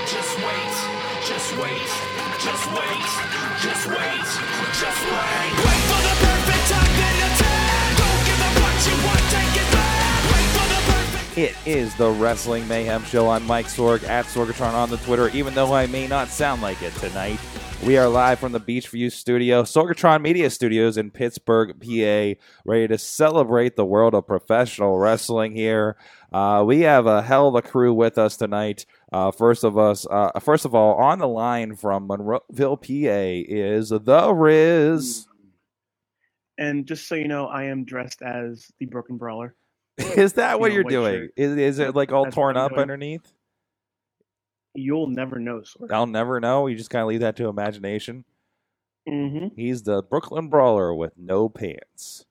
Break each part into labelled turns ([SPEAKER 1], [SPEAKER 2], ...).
[SPEAKER 1] Just wait, just wait, just wait, just wait, just wait. Wait for the perfect time, then attack. Don't give up what you want, take it back. Wait for the perfect.
[SPEAKER 2] It is the Wrestling Mayhem Show. I'm Mike Sorg at Sorgatron on the Twitter, even though I may not sound like it tonight. We are live from the Beach View Studio, Sorgatron Media Studios in Pittsburgh, PA, ready to celebrate the world of professional wrestling here. Uh, we have a hell of a crew with us tonight. Uh, first of us, uh, first of all, on the line from Monroeville, PA, is the
[SPEAKER 3] Hmm.
[SPEAKER 2] Riz.
[SPEAKER 3] Mm-hmm. And just so you know, I am dressed as the Broken Brawler.
[SPEAKER 2] Is that what
[SPEAKER 3] Yeah,
[SPEAKER 2] you're
[SPEAKER 3] white
[SPEAKER 2] doing?
[SPEAKER 3] shirt.
[SPEAKER 2] Is, is it like all
[SPEAKER 3] That's what
[SPEAKER 2] torn
[SPEAKER 3] I'm
[SPEAKER 2] up
[SPEAKER 3] doing.
[SPEAKER 2] underneath?
[SPEAKER 3] You'll never know, sort
[SPEAKER 2] I'll never know. You just kind of leave that to imagination.
[SPEAKER 3] hmm
[SPEAKER 2] He's the Brooklyn Brawler with no pants.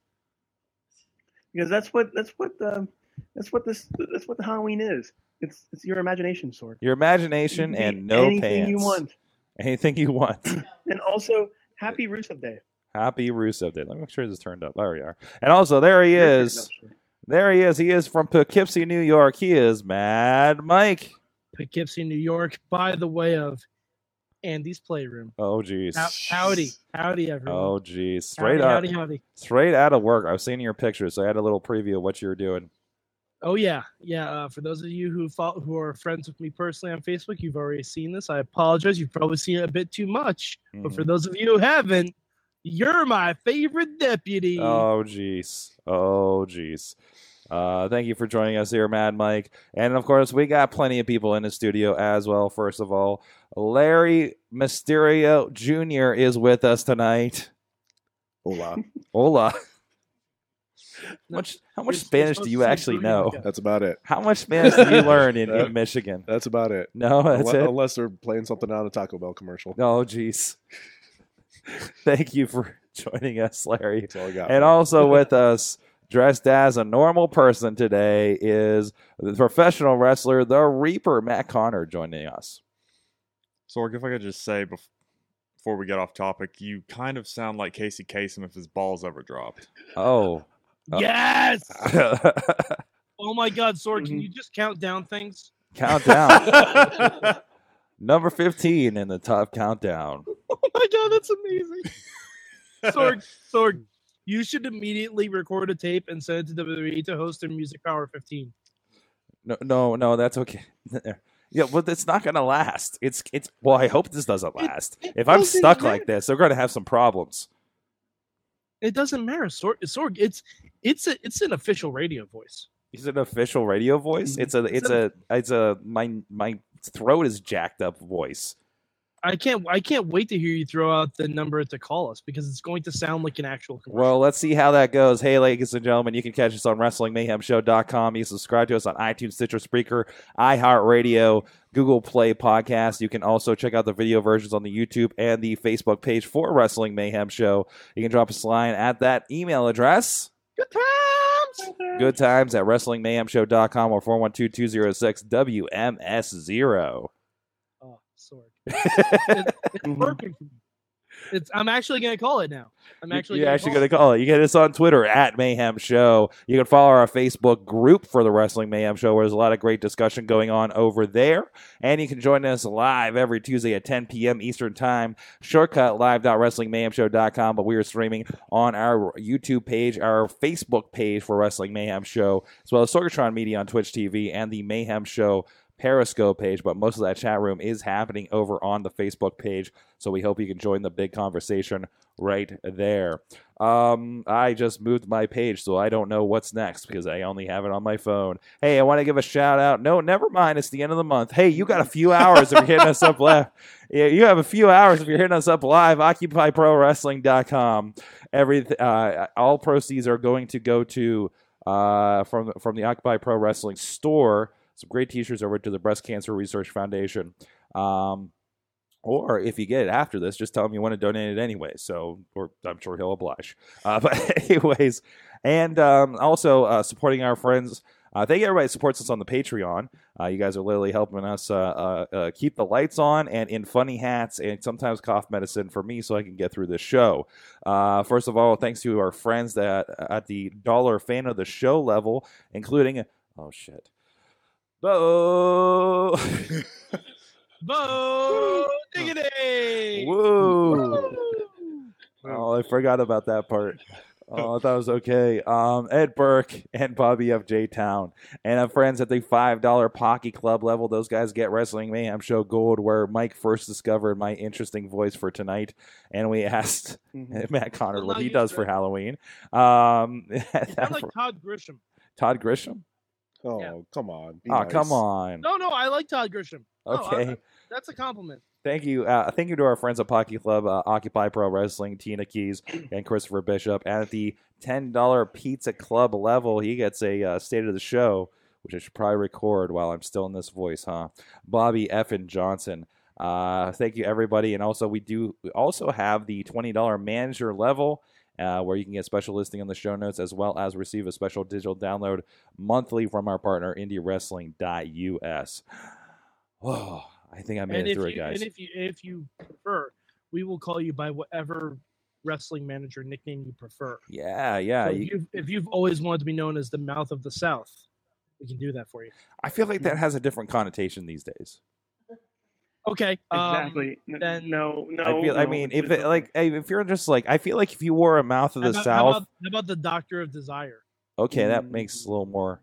[SPEAKER 3] Because that's what that's what the that's what this that's what the Halloween is. It's it's your imagination, sword.
[SPEAKER 2] Your imagination and no
[SPEAKER 3] anything
[SPEAKER 2] pants.
[SPEAKER 3] you want.
[SPEAKER 2] Anything you want.
[SPEAKER 3] And also, Happy Rusev Day.
[SPEAKER 2] Happy Rusev Day. Let me make sure this is turned up. There we are. And also, there he
[SPEAKER 3] You're
[SPEAKER 2] is.
[SPEAKER 3] picking up, Sword.
[SPEAKER 2] There he is. He is from Poughkeepsie, New York. He is Mad Mike.
[SPEAKER 4] Poughkeepsie, New York, by the way of Andy's Playroom.
[SPEAKER 2] Oh, jeez.
[SPEAKER 4] How- Howdy, howdy, everyone.
[SPEAKER 2] Oh, geez. Straight
[SPEAKER 4] howdy,
[SPEAKER 2] up.
[SPEAKER 4] howdy, howdy.
[SPEAKER 2] Straight out of work. I've seen your pictures, so I had a little preview of what you were doing.
[SPEAKER 4] Oh yeah, yeah. Uh, for those of you who follow, who are friends with me personally on Facebook, you've already seen this. I apologize. You've probably seen it a bit too much. But Oh,
[SPEAKER 2] Mm-hmm. Mm.
[SPEAKER 4] for those of you who haven't, you're my favorite deputy.
[SPEAKER 2] Oh jeez. Oh jeez. Uh, thank you for joining us here, Mad Mike. And of course, we got plenty of people in the studio as well. First of all, Larry Mysterio Jr. is with us tonight.
[SPEAKER 5] Oh,
[SPEAKER 2] Hola. Hola.
[SPEAKER 4] No,
[SPEAKER 2] Much, how much
[SPEAKER 4] you're- you're
[SPEAKER 2] Spanish
[SPEAKER 4] supposed
[SPEAKER 2] do
[SPEAKER 4] to
[SPEAKER 2] you
[SPEAKER 4] say
[SPEAKER 2] actually
[SPEAKER 4] Puerto
[SPEAKER 2] know?
[SPEAKER 4] Rico.
[SPEAKER 5] That's about it.
[SPEAKER 2] How much Spanish do you learn in, in Michigan?
[SPEAKER 5] That's about it.
[SPEAKER 2] No, that's
[SPEAKER 5] unless,
[SPEAKER 2] it.
[SPEAKER 5] unless they're playing something on a Taco Bell commercial.
[SPEAKER 2] Oh, jeez. Thank you for joining us, Larry.
[SPEAKER 5] That's all I got.
[SPEAKER 2] And also with us, dressed as a normal person today, is the professional wrestler, the Reaper, Matt Connor, joining us.
[SPEAKER 6] Sorg, if I could just say bef- before we get off topic, you kind of sound like Casey Kasem if his balls ever dropped.
[SPEAKER 2] Oh.
[SPEAKER 4] yes.
[SPEAKER 2] Countdown.
[SPEAKER 4] Oh my God, Sword! Can
[SPEAKER 2] Mm-hmm.
[SPEAKER 3] Mhm.
[SPEAKER 4] you just count down things?
[SPEAKER 2] Number 15 in the top countdown.
[SPEAKER 4] Oh my God, that's amazing. Sword, Sword, you should immediately record a tape and send it to WWE to host their Music Power 15.
[SPEAKER 2] No, no, no, that's okay. Yeah, well, it's not gonna last. It's it's. Well, I hope this doesn't last.
[SPEAKER 4] it
[SPEAKER 2] if I'm
[SPEAKER 4] doesn't
[SPEAKER 2] stuck
[SPEAKER 4] matter.
[SPEAKER 2] like this, they're gonna have some problems.
[SPEAKER 4] It doesn't matter. Sorg, Sorg it's it's a, it's an official radio voice.
[SPEAKER 2] Is it an official radio voice? It's a Mm-hmm. it's a it's a my my throat is jacked up voice.
[SPEAKER 4] I can't I can't wait to hear you throw out the number to call us because it's going to sound like an actual commercial.
[SPEAKER 2] Well, let's see how that goes. Hey, ladies and gentlemen, you can catch us on WrestlingMayhemShow.com. You can subscribe to us on iTunes, Stitcher, Spreaker, iHeartRadio, Google Play Podcast. You can also check out the video versions on the YouTube and the Facebook page for Wrestling Mayhem Show. You can drop us a line at that email address.
[SPEAKER 4] good times.
[SPEAKER 2] Good times at WrestlingMayhemShow.com or 412-206-WMS0.
[SPEAKER 4] Oh, Sorg, it's
[SPEAKER 2] Mm-hmm.
[SPEAKER 4] working for me. It's I'm actually going to call it now. I'm
[SPEAKER 2] You-
[SPEAKER 4] actually
[SPEAKER 2] you're
[SPEAKER 4] gonna
[SPEAKER 2] actually
[SPEAKER 4] call
[SPEAKER 2] going to call it. You get us on Twitter at Mayhem Show. You can follow our Facebook group for the Wrestling Mayhem Show, where there's a lot of great discussion going on over there. And you can join us live every Tuesday at 10 p.m. Eastern Time. Shortcut live.wrestlingmayhemshow.com. But we are streaming on our YouTube page, our Facebook page for Wrestling Mayhem Show, as well as Sorgatron Media on Twitch TV and the Mayhem Show Periscope page. But most of that chat room is happening over on the Facebook page. So we hope you can join the big conversation right there. Um, I just moved my page, so I don't know what's next because I only have it on my phone. Hey, I want to give a shout out. No, never mind. It's the end of the month. Hey, you got a few hours if you're hitting us up live. Yeah, you have a few hours if you're hitting us up live. OccupyProWrestling.com. Every uh, all proceeds are going to go to uh, from from the Occupy Pro Wrestling store. Some great T-shirts over to the Breast Cancer Research Foundation. Um, Or if you get it after this, just tell him you want to donate it anyway. So, or I'm sure he'll oblige. Uh, but anyways, and um, also uh, supporting our friends. Uh, thank you everybody that supports us on the Patreon. Uh, you guys are literally helping us uh, uh, uh, keep the lights on and in funny hats and sometimes cough medicine for me so I can get through this show. Uh, first of all, thanks to our friends that uh, at the dollar fan of the show level, including oh shit, Bo,
[SPEAKER 4] Bo diggity!
[SPEAKER 2] whoa. Oh, I forgot about that part. Oh, I thought it was okay. Um, Ed Burke and Bobby F. J. Town. And our friends at the $5 Pocky Club level. Those guys get Wrestling Mayhem Show Gold, where Mike first discovered my interesting voice for tonight. And we asked Matt Connor
[SPEAKER 4] Well,
[SPEAKER 2] what
[SPEAKER 4] now
[SPEAKER 2] he
[SPEAKER 4] you
[SPEAKER 2] does
[SPEAKER 4] said-
[SPEAKER 2] for Halloween. Um,
[SPEAKER 4] It's not like Todd Grisham.
[SPEAKER 2] Todd Grisham?
[SPEAKER 5] Oh,
[SPEAKER 4] Yeah.
[SPEAKER 5] come on. be
[SPEAKER 2] Oh,
[SPEAKER 5] nice.
[SPEAKER 2] come on.
[SPEAKER 4] No, no, I like Todd Grisham. No, I-
[SPEAKER 2] Okay.
[SPEAKER 4] that's a compliment.
[SPEAKER 2] Thank you. Uh, thank you to our friends at Pocky Club, uh, Occupy Pro Wrestling, Tina Keys, and Christopher Bishop. And at the $10 Pizza Club level, he gets a uh, state of the show, which I should probably record while I'm still in this voice, huh? Bobby Effin Johnson. Uh, thank you, everybody. And also, we do we also have the $20 manager level. Uh, where you can get special listing on the show notes as well as receive a special digital download monthly from our partner indiewrestling.us whoa Oh, i think i made
[SPEAKER 4] and
[SPEAKER 2] it
[SPEAKER 4] if
[SPEAKER 2] through
[SPEAKER 4] you,
[SPEAKER 2] it guys
[SPEAKER 4] and if you if you prefer, we will call you by whatever wrestling manager nickname you prefer.
[SPEAKER 2] Yeah, yeah.
[SPEAKER 4] So
[SPEAKER 2] you-
[SPEAKER 4] if, you've, if you've always wanted to be known as the mouth of the South, we can do that for you.
[SPEAKER 2] I feel like that has a different connotation these days.
[SPEAKER 4] Okay. um,
[SPEAKER 3] Exactly. N-
[SPEAKER 4] then-
[SPEAKER 3] no, no.
[SPEAKER 2] I feel. I
[SPEAKER 3] no,
[SPEAKER 2] mean,
[SPEAKER 3] it's
[SPEAKER 2] if
[SPEAKER 3] just
[SPEAKER 2] it, like hey, if you're just like, I feel like if you wore a mouth of
[SPEAKER 4] how
[SPEAKER 2] the
[SPEAKER 4] about- How
[SPEAKER 2] south,
[SPEAKER 4] about, Mm. how about the Doctor of Desire?
[SPEAKER 2] okay, that makes a little more,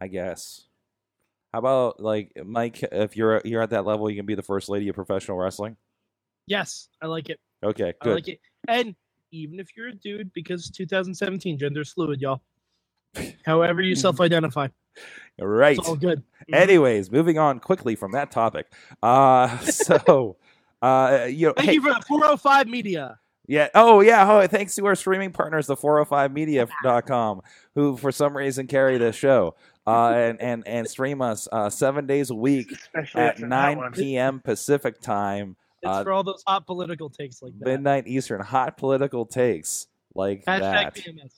[SPEAKER 2] I guess. How about like Mike? If you're you're at that level, you can be the first lady of professional wrestling.
[SPEAKER 4] Yes, I like it.
[SPEAKER 2] Okay, good.
[SPEAKER 4] I like it. And even if you're a dude, because 2017 gender's fluid, y'all. However you self-identify,
[SPEAKER 2] right.
[SPEAKER 4] it's all good.
[SPEAKER 2] Anyways, moving on quickly from that topic. Uh, so. Uh, you know,
[SPEAKER 4] Thank
[SPEAKER 2] hey-
[SPEAKER 4] you for the 405 Media.
[SPEAKER 2] Yeah. Oh, yeah. Oh, thanks to our streaming partners, the 405media.com, who for some reason carry the show uh, and, and, and stream us uh, seven days a week
[SPEAKER 3] especially
[SPEAKER 2] at
[SPEAKER 3] after that
[SPEAKER 2] 9
[SPEAKER 3] one.
[SPEAKER 2] p.m. Pacific time,
[SPEAKER 4] It's
[SPEAKER 2] Uh,
[SPEAKER 4] for all those hot political takes like that.
[SPEAKER 2] midnight Eastern. Hot political takes like
[SPEAKER 4] Hashtag
[SPEAKER 2] that.
[SPEAKER 4] PMS.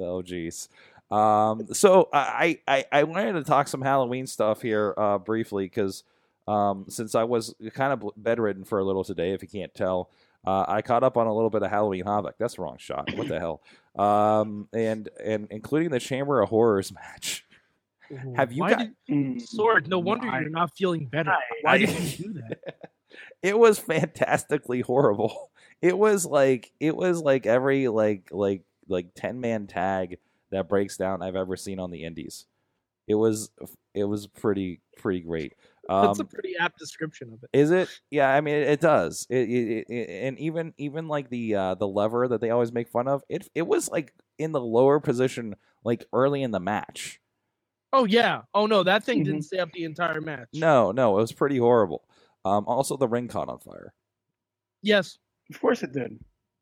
[SPEAKER 2] Oh, geez. Um, so I, I, I wanted to talk some Halloween stuff here uh, briefly because um, since I was kind of bedridden for a little today, if you can't tell, uh, I caught up on a little bit of Halloween Havoc. That's the wrong shot. What the hell? Um, and and including the Chamber of Horrors match. Have you
[SPEAKER 4] Why
[SPEAKER 2] got-
[SPEAKER 4] did-
[SPEAKER 3] Mm.
[SPEAKER 4] Sword, no wonder
[SPEAKER 3] Why?
[SPEAKER 4] you're not feeling better.
[SPEAKER 3] Why?
[SPEAKER 4] Why
[SPEAKER 2] I-
[SPEAKER 4] did you do that?
[SPEAKER 2] it was fantastically horrible. It was like it was like every like like like ten man tag that breaks down I've ever seen on the Indies. It was it was pretty pretty great. Um,
[SPEAKER 4] That's a pretty apt description of it.
[SPEAKER 2] is it? Yeah, I mean it, it does. It, it, it and even even like the uh, the lever that they always make fun of. It it was like in the lower position like early in the match.
[SPEAKER 4] Oh yeah. Oh no, that thing
[SPEAKER 3] Mm-hmm.
[SPEAKER 4] didn't stay up the entire match.
[SPEAKER 2] No, no, it was pretty horrible. Um, also the ring caught on fire.
[SPEAKER 4] Yes.
[SPEAKER 3] Of course it did.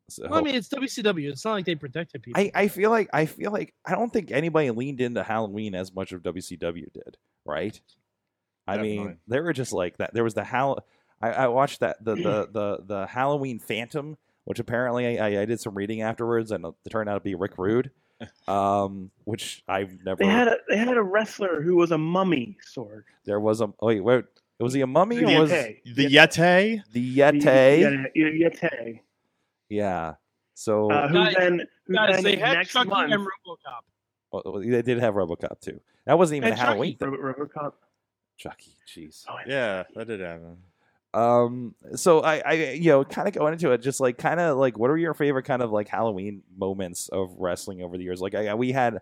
[SPEAKER 2] So
[SPEAKER 4] Well, I mean, it's WCW. It's not like they protected people.
[SPEAKER 2] I, I feel like I feel like I don't think anybody leaned into Halloween as much of WCW did, right? I mean,
[SPEAKER 6] Definitely.
[SPEAKER 2] they were just like that. There was the Hall. I, I watched that the, the the the Halloween Phantom, which apparently I, I did some reading afterwards, and it turned out to be Rick Rude, um, which I've never.
[SPEAKER 3] They had a they had a wrestler who was a mummy sword.
[SPEAKER 2] there was a wait, wait, was he a mummy
[SPEAKER 3] The
[SPEAKER 2] or was
[SPEAKER 3] Yeti.
[SPEAKER 6] The Yeti?
[SPEAKER 2] the
[SPEAKER 3] The-
[SPEAKER 2] Yeti?
[SPEAKER 3] the Yeti.
[SPEAKER 2] Yeah. So
[SPEAKER 3] Uh, who
[SPEAKER 4] Guys,
[SPEAKER 3] then who
[SPEAKER 4] Guys,
[SPEAKER 3] then
[SPEAKER 4] they had E.
[SPEAKER 3] next
[SPEAKER 4] Chucky
[SPEAKER 3] month
[SPEAKER 4] and RoboCop.
[SPEAKER 2] well, oh, they did have RoboCop too. That wasn't even a
[SPEAKER 4] And Chucky.
[SPEAKER 2] Halloween thing.
[SPEAKER 3] Ro- RoboCop.
[SPEAKER 2] Chucky, jeez.
[SPEAKER 3] Oh, I-
[SPEAKER 6] Yeah, that did happen.
[SPEAKER 2] um so i i you know kind of going into it just like kind of like what are your favorite kind of like halloween moments of wrestling over the years like I, I- we had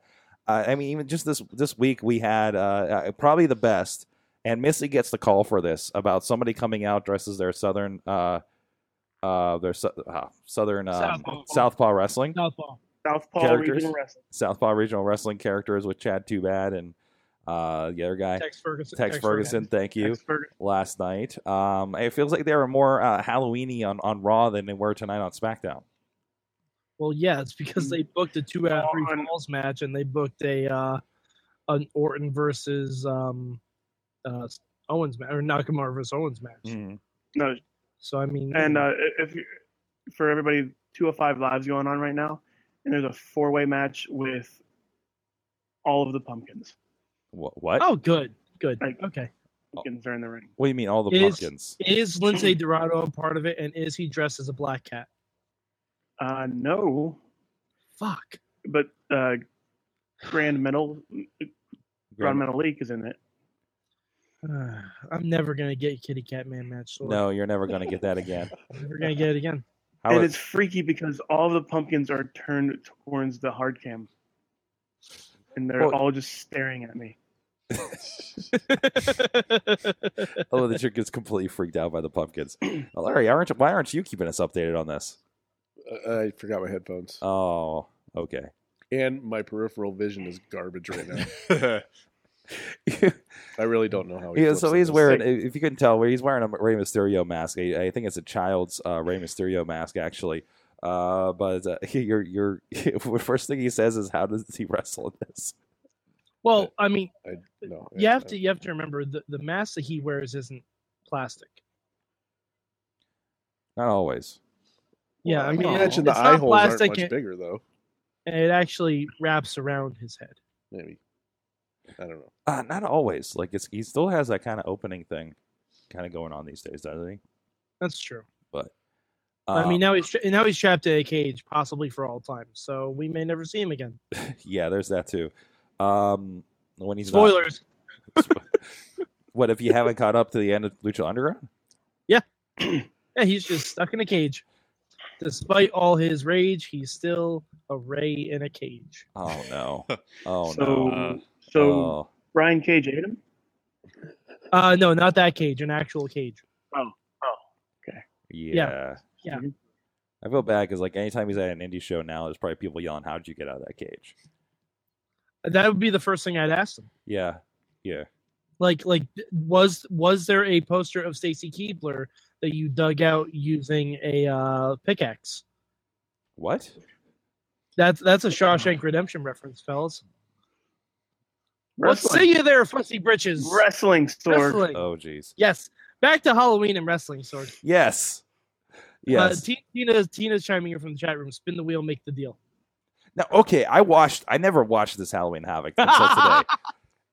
[SPEAKER 2] uh, i mean even just this this week we had uh, uh probably the best and missy gets the call for this about somebody coming out dresses their southern uh uh their sou- uh, southern um,
[SPEAKER 4] Southpaw.
[SPEAKER 2] southpaw wrestling
[SPEAKER 4] Southpaw.
[SPEAKER 3] Southpaw
[SPEAKER 2] Characters.
[SPEAKER 3] Regional Wrestling.
[SPEAKER 2] southpaw regional wrestling characters with chad too bad and uh the other guy
[SPEAKER 4] Tex Ferguson.
[SPEAKER 2] tex ferguson thank you
[SPEAKER 3] Tex Ferguson.
[SPEAKER 2] last night. Um, it feels like they were more uh, Halloweeny on, on Raw than they were tonight on SmackDown.
[SPEAKER 4] Well, yeah, it's because they booked a two out of three
[SPEAKER 3] Mm-hmm. On-
[SPEAKER 4] falls match, and they booked a uh, an Orton versus um, uh, Owens match or Nakamura versus Owens match.
[SPEAKER 3] No,
[SPEAKER 4] So I mean,
[SPEAKER 3] And uh, if you, for everybody, 205 lives going on right now, and there's a four way match with all of the pumpkins.
[SPEAKER 2] What? What,
[SPEAKER 4] oh, good, good,
[SPEAKER 3] Like-
[SPEAKER 4] okay.
[SPEAKER 3] Pumpkins are in the ring.
[SPEAKER 2] what do you mean all the
[SPEAKER 4] It is-
[SPEAKER 2] pumpkins?
[SPEAKER 4] Is Lindsay Dorado a part of it, and is he dressed as a black cat?
[SPEAKER 3] Uh, no,
[SPEAKER 4] Fuck.
[SPEAKER 3] but uh, Grand Metal, Grand Metal League is in it.
[SPEAKER 4] I'm never gonna get Kitty Cat Man match. Sword.
[SPEAKER 2] No, you're never gonna get that again.
[SPEAKER 4] we're gonna get it again.
[SPEAKER 2] How
[SPEAKER 3] and
[SPEAKER 2] is-
[SPEAKER 3] it's freaky because all the pumpkins are turned towards the hard cam. And they're
[SPEAKER 2] Well-
[SPEAKER 3] all just staring at me.
[SPEAKER 2] I love that you're just completely freaked out by the pumpkins. Larry, aren't why aren't you keeping us updated on this?
[SPEAKER 5] I, I forgot my headphones,
[SPEAKER 2] Oh, okay.
[SPEAKER 5] and my peripheral vision is garbage right now.
[SPEAKER 4] Oh,
[SPEAKER 2] yeah,
[SPEAKER 5] I really don't know how. He flips
[SPEAKER 2] so
[SPEAKER 5] in
[SPEAKER 2] he's
[SPEAKER 5] this.
[SPEAKER 2] wearing. If you couldn't tell, he's wearing a Rey Mysterio mask. I, I think it's a child's uh, Rey Mysterio mask, actually. Uh, but uh, your your first thing he says is, "How does he wrestle in this?"
[SPEAKER 4] well, I mean,
[SPEAKER 5] No,
[SPEAKER 4] you have
[SPEAKER 5] I-
[SPEAKER 4] to you have to remember the the mask that he wears isn't plastic.
[SPEAKER 2] Not always.
[SPEAKER 4] Yeah, I mean,
[SPEAKER 5] I
[SPEAKER 4] it's,
[SPEAKER 5] imagine the
[SPEAKER 4] it's
[SPEAKER 5] eye
[SPEAKER 4] not
[SPEAKER 5] holes aren't
[SPEAKER 4] plastic.
[SPEAKER 5] much
[SPEAKER 4] it-
[SPEAKER 5] bigger though.
[SPEAKER 4] it actually wraps around his head.
[SPEAKER 5] Maybe I don't know.
[SPEAKER 2] Uh, not always. Like it's he still has that kind of opening thing, kind of going on these days, doesn't he?
[SPEAKER 4] That's true.
[SPEAKER 2] Uh,
[SPEAKER 4] I mean, now he's tra- now he's trapped in a cage, possibly for all time. So we may never see him again.
[SPEAKER 2] yeah, there's that too. Um, when he's not-
[SPEAKER 4] Spoilers.
[SPEAKER 2] what if you haven't caught up to the end of Lucha Underground?
[SPEAKER 4] Yeah, he's just stuck in a cage. Despite all his rage, he's still a ray in a cage.
[SPEAKER 2] Oh no! Oh
[SPEAKER 3] so,
[SPEAKER 2] no!
[SPEAKER 6] Uh,
[SPEAKER 3] so
[SPEAKER 2] Oh.
[SPEAKER 3] Brian Cage ate him.
[SPEAKER 4] Uh, no, not that cage, an actual cage.
[SPEAKER 2] Yeah.
[SPEAKER 4] Yeah.
[SPEAKER 2] I feel bad because like anytime he's at an indie show now, there's probably people yelling, "How'd you get out of that cage?"
[SPEAKER 4] That would be the first thing I'd ask him.
[SPEAKER 2] Yeah.
[SPEAKER 4] Like, like th- was was there a poster of Stacy Keebler that you dug out using a uh, pickaxe?
[SPEAKER 2] What?
[SPEAKER 4] That's that's a Shawshank Redemption reference, fellas. Let's
[SPEAKER 3] Wrestling,
[SPEAKER 4] see you there, fussy britches.
[SPEAKER 3] wrestling store.
[SPEAKER 4] Wrestling.
[SPEAKER 2] Oh jeez.
[SPEAKER 4] Yes. Back to Halloween and wrestling, sword. Uh,
[SPEAKER 2] Yes. Yes.
[SPEAKER 4] T- Tina, Tina's chiming in from the chat room. Spin the wheel, make the deal.
[SPEAKER 2] now, okay. I watched. I never watched this Halloween Havoc until today,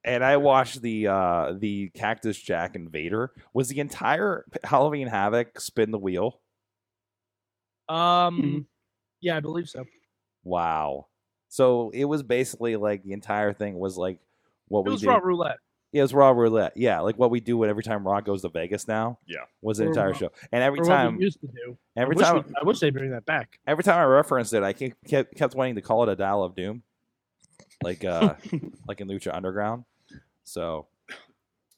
[SPEAKER 2] and I watched the uh the Cactus Jack Invader. Was the entire Halloween Havoc spin the wheel? Mm-hmm.
[SPEAKER 4] Um, yeah, I believe so.
[SPEAKER 2] Wow. So it was basically like the entire thing was like what
[SPEAKER 4] It
[SPEAKER 2] we
[SPEAKER 4] was
[SPEAKER 2] do.
[SPEAKER 4] raw roulette.
[SPEAKER 2] Yeah, it was raw roulette. Yeah, like what we do when every time Raw goes to Vegas now.
[SPEAKER 6] Yeah.
[SPEAKER 2] was the
[SPEAKER 4] Or
[SPEAKER 2] entire
[SPEAKER 4] Raw-
[SPEAKER 2] show, and every
[SPEAKER 4] or what
[SPEAKER 2] time,
[SPEAKER 4] we used to do.
[SPEAKER 2] every
[SPEAKER 4] I wish,
[SPEAKER 2] time,
[SPEAKER 4] we- I wish they bring that back.
[SPEAKER 2] every time I referenced it, I ke- kept kept wanting to call it a Dial of Doom, like uh, like in Lucha Underground. So,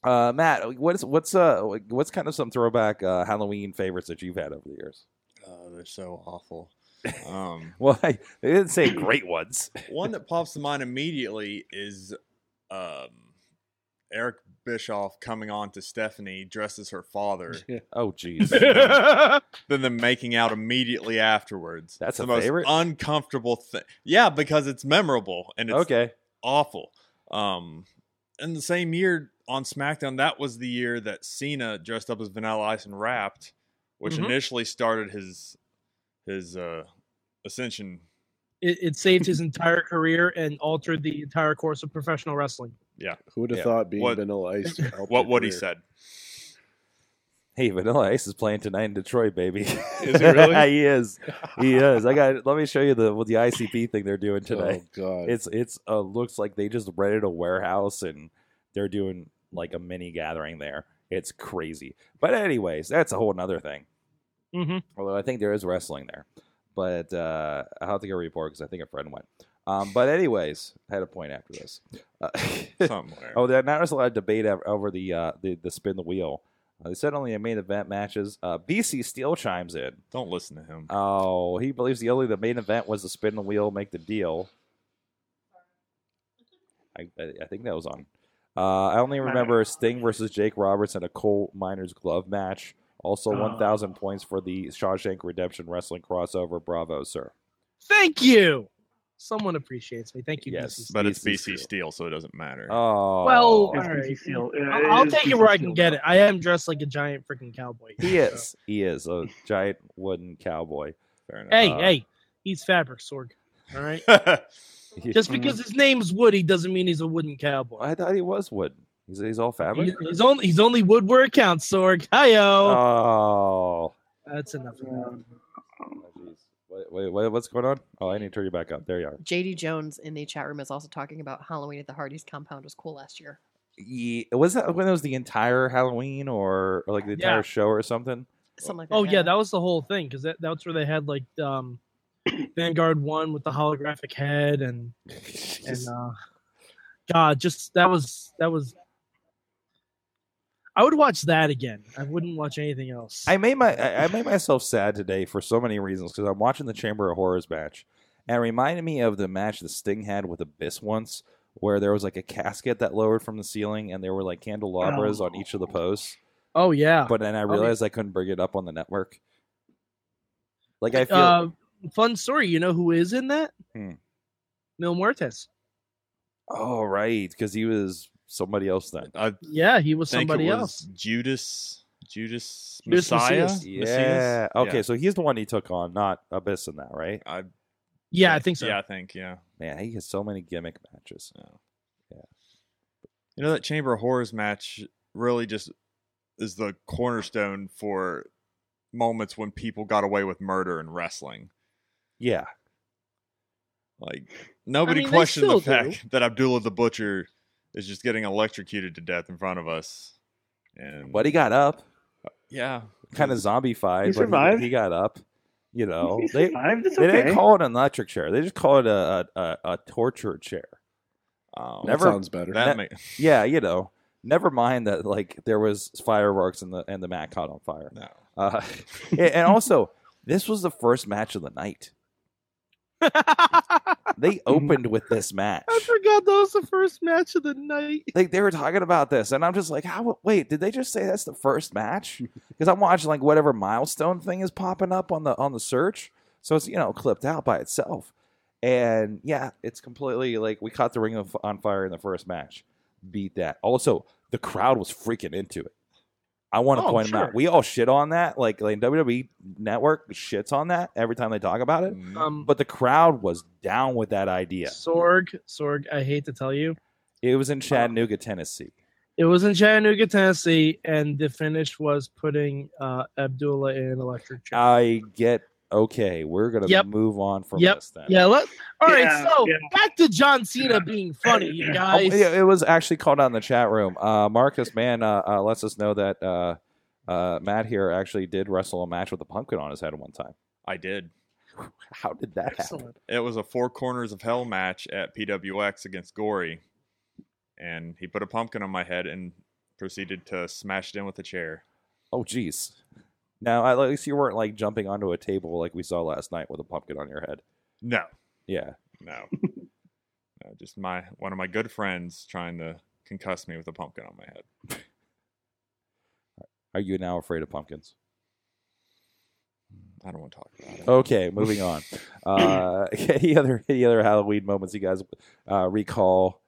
[SPEAKER 2] uh, Matt, what's what's uh what's kind of some throwback uh, Halloween favorites that you've had over the years?
[SPEAKER 6] Oh, they're so awful. Um,
[SPEAKER 2] Well, I, they didn't say great ones.
[SPEAKER 6] one that pops to mind immediately is um, Eric Bischoff coming on to Stephanie dressed as her father,
[SPEAKER 2] Oh, jeez.
[SPEAKER 6] then them making out immediately afterwards.
[SPEAKER 2] That's
[SPEAKER 6] the
[SPEAKER 2] a
[SPEAKER 6] most
[SPEAKER 2] favorite?
[SPEAKER 6] uncomfortable thing. Yeah, because it's memorable and it's
[SPEAKER 2] okay.
[SPEAKER 6] awful. Um, in the same year on SmackDown, that was the year that Cena dressed up as Vanilla Ice and rapped, which
[SPEAKER 2] Mm-hmm.
[SPEAKER 4] Mhm.
[SPEAKER 6] initially started his his uh, ascension.
[SPEAKER 4] It, it saved his entire career and altered the entire course of professional wrestling.
[SPEAKER 5] Who would have
[SPEAKER 2] Yeah.
[SPEAKER 5] thought being
[SPEAKER 6] What-
[SPEAKER 5] Vanilla Ice? helped
[SPEAKER 6] What
[SPEAKER 5] your
[SPEAKER 6] what he
[SPEAKER 5] career?
[SPEAKER 6] said.
[SPEAKER 2] Hey, Vanilla Ice is playing tonight in Detroit, baby.
[SPEAKER 5] Is he really?
[SPEAKER 2] he is. He is. I got. Let me show you the well, the ICP thing they're doing today.
[SPEAKER 5] Oh God!
[SPEAKER 2] It's it's uh, looks like they just rented a warehouse and they're doing like a mini gathering there. It's crazy. But anyways, that's a whole nother thing.
[SPEAKER 4] Mm-hmm.
[SPEAKER 2] Although I think there is wrestling there, but uh, I have to go report because I think a friend went. Um, but anyways, I had a point after this. Uh,
[SPEAKER 6] somewhere.
[SPEAKER 2] Oh, there now there's a lot of debate av- over the uh, the, the spin the wheel. Uh, they said only in main event matches. Uh, BC Steel chimes in.
[SPEAKER 6] Don't listen to him.
[SPEAKER 2] Oh, he believes the only the main event was the spin the wheel, make the deal. I I I think that was on. Uh, I only remember Sting versus Jake Roberts in a coal miner's glove match. Also,
[SPEAKER 3] Oh.
[SPEAKER 2] 1,000 points for the Shawshank Redemption wrestling crossover. Bravo, sir.
[SPEAKER 4] Thank you. Someone appreciates me. Thank you.
[SPEAKER 2] Yes,
[SPEAKER 4] BC.
[SPEAKER 6] But it's
[SPEAKER 2] BC
[SPEAKER 6] BC Steel, so it doesn't matter.
[SPEAKER 2] Oh,
[SPEAKER 4] Well,
[SPEAKER 3] It's
[SPEAKER 4] Alright.
[SPEAKER 3] PC Seal.
[SPEAKER 4] I'll, I'll take it where I can get it. I am dressed like a giant freaking cowboy.
[SPEAKER 2] he
[SPEAKER 4] so-
[SPEAKER 2] is. He is a giant wooden cowboy.
[SPEAKER 6] Fair enough.
[SPEAKER 4] Hey,
[SPEAKER 2] Uh,
[SPEAKER 4] hey, he's fabric Sorg. All right.
[SPEAKER 2] He-
[SPEAKER 4] Just because his name's Woody doesn't mean he's a wooden cowboy.
[SPEAKER 2] I thought he was wooden. He's, he's all fabric.
[SPEAKER 4] He- He's only he's only wood where it counts, Sorg. Hiyo.
[SPEAKER 2] Oh,
[SPEAKER 4] That's enough. Of that.
[SPEAKER 6] Oh,
[SPEAKER 2] jeez. Wait, wait, wait, what's going on? Oh, I need to turn you back up. There you are.
[SPEAKER 7] JD Jones in the chat room is also talking about Halloween at the Hardy's compound was cool last year.
[SPEAKER 2] Ye- was that when it was the entire Halloween or, or like the entire
[SPEAKER 4] Yeah.
[SPEAKER 2] show or something?
[SPEAKER 7] Something like that.
[SPEAKER 4] Oh yeah, that was the whole thing because that, that's where they had like um, Vanguard One with the holographic head and and uh, God, just that was that was. I would watch that again. I wouldn't watch anything else.
[SPEAKER 2] I made my I I made myself sad today for so many reasons because I'm watching the Chamber of Horrors match, and it reminded me of the match that Sting had with Abyss once, where there was like a casket that lowered from the ceiling, and there were like candelabras on each of the posts.
[SPEAKER 4] oh yeah,
[SPEAKER 2] But then I
[SPEAKER 4] Okay.
[SPEAKER 2] realized I couldn't bring it up on the network. Like I feel
[SPEAKER 4] uh, fun story. You know who is in that?
[SPEAKER 2] Hmm.
[SPEAKER 4] Mil Muertes.
[SPEAKER 2] oh right because he was somebody else then.
[SPEAKER 6] I think
[SPEAKER 4] Yeah, he was
[SPEAKER 6] it
[SPEAKER 4] somebody
[SPEAKER 6] was
[SPEAKER 4] else.
[SPEAKER 6] Judas. Judas
[SPEAKER 4] Judas
[SPEAKER 6] Messiah.
[SPEAKER 4] Messias.
[SPEAKER 2] Yeah.
[SPEAKER 6] Messias?
[SPEAKER 2] Okay,
[SPEAKER 6] Yeah.
[SPEAKER 2] so he's the one he took on, not Abyss in that, right?
[SPEAKER 6] I,
[SPEAKER 4] Yeah, I think so.
[SPEAKER 6] Yeah, I think. Yeah.
[SPEAKER 2] Man, he has so many gimmick matches.
[SPEAKER 6] You know that Chamber of Horrors match really just is the cornerstone for moments when people got away with murder in wrestling.
[SPEAKER 2] Yeah.
[SPEAKER 6] Like nobody
[SPEAKER 4] mean, they
[SPEAKER 6] questioned
[SPEAKER 4] still
[SPEAKER 6] the
[SPEAKER 4] do.
[SPEAKER 6] fact that Abdullah the Butcher is just getting electrocuted to death in front of us. And
[SPEAKER 2] But he got up.
[SPEAKER 6] yeah,
[SPEAKER 2] kind of zombie fied.
[SPEAKER 3] He
[SPEAKER 2] but
[SPEAKER 3] survived.
[SPEAKER 2] He, got up. You know,
[SPEAKER 3] He
[SPEAKER 2] they
[SPEAKER 3] survived. It's
[SPEAKER 2] they
[SPEAKER 3] okay.
[SPEAKER 2] didn't call it an electric chair. They just call it a a, a, a torture chair.
[SPEAKER 6] um,
[SPEAKER 2] Never-
[SPEAKER 5] sounds better.
[SPEAKER 6] that ma-
[SPEAKER 2] Yeah, you know. Never mind that like there was fireworks and the and the mat caught on fire.
[SPEAKER 6] no.
[SPEAKER 2] Uh, and- and also, this was the first match of the night. They opened with this match.
[SPEAKER 4] I forgot that was the first match of the night.
[SPEAKER 2] Like they were talking about this, and I'm just like, how? Wait, did they just say that's the first match? Because I'm watching like whatever milestone thing is popping up on the on the search, so it's you know clipped out by itself. And yeah, it's completely like we caught the ring of, on fire in the first match. Beat that. Also, the crowd was freaking into it. I want to
[SPEAKER 4] Oh,
[SPEAKER 2] point them
[SPEAKER 4] sure.
[SPEAKER 2] out. We all shit on that. Like, like WWE Network shits on that every time they talk about it.
[SPEAKER 6] Mm.
[SPEAKER 4] Um,
[SPEAKER 2] But the crowd was down with that idea.
[SPEAKER 4] Sorg, Sorg, I hate to tell you,
[SPEAKER 2] It was in Chattanooga, Tennessee.
[SPEAKER 4] it was in Chattanooga, Tennessee, and the finish was putting uh, Abdullah in an electric chair.
[SPEAKER 2] I get okay. We're gonna
[SPEAKER 4] Yep.
[SPEAKER 2] move on from
[SPEAKER 4] Yep.
[SPEAKER 2] this then.
[SPEAKER 4] yeah, let, all right.
[SPEAKER 3] Yeah,
[SPEAKER 4] so
[SPEAKER 3] yeah.
[SPEAKER 4] back to John Cena being funny, you
[SPEAKER 2] Oh,
[SPEAKER 4] guys.
[SPEAKER 2] yeah, it was actually called out in the chat room. Uh, Marcus Mann uh, uh, lets us know that uh, uh, Matt here actually did wrestle a match with a pumpkin on his head at one time.
[SPEAKER 6] I did.
[SPEAKER 2] How did that happen?
[SPEAKER 4] Excellent.
[SPEAKER 6] It was a Four Corners of Hell match at PWX against Gory, and he put a pumpkin on my head and proceeded to smash it in with a chair.
[SPEAKER 2] Oh, jeez. Now at least you weren't like jumping onto a table like we saw last night with a pumpkin on your head.
[SPEAKER 6] No,
[SPEAKER 2] Yeah.
[SPEAKER 6] no, no just my one of my good friends trying to concuss me with a pumpkin on my head.
[SPEAKER 2] Are you now afraid of pumpkins?
[SPEAKER 6] I don't want to talk about it.
[SPEAKER 2] Okay, moving on. Uh, any other any other Halloween moments you guys uh, recall?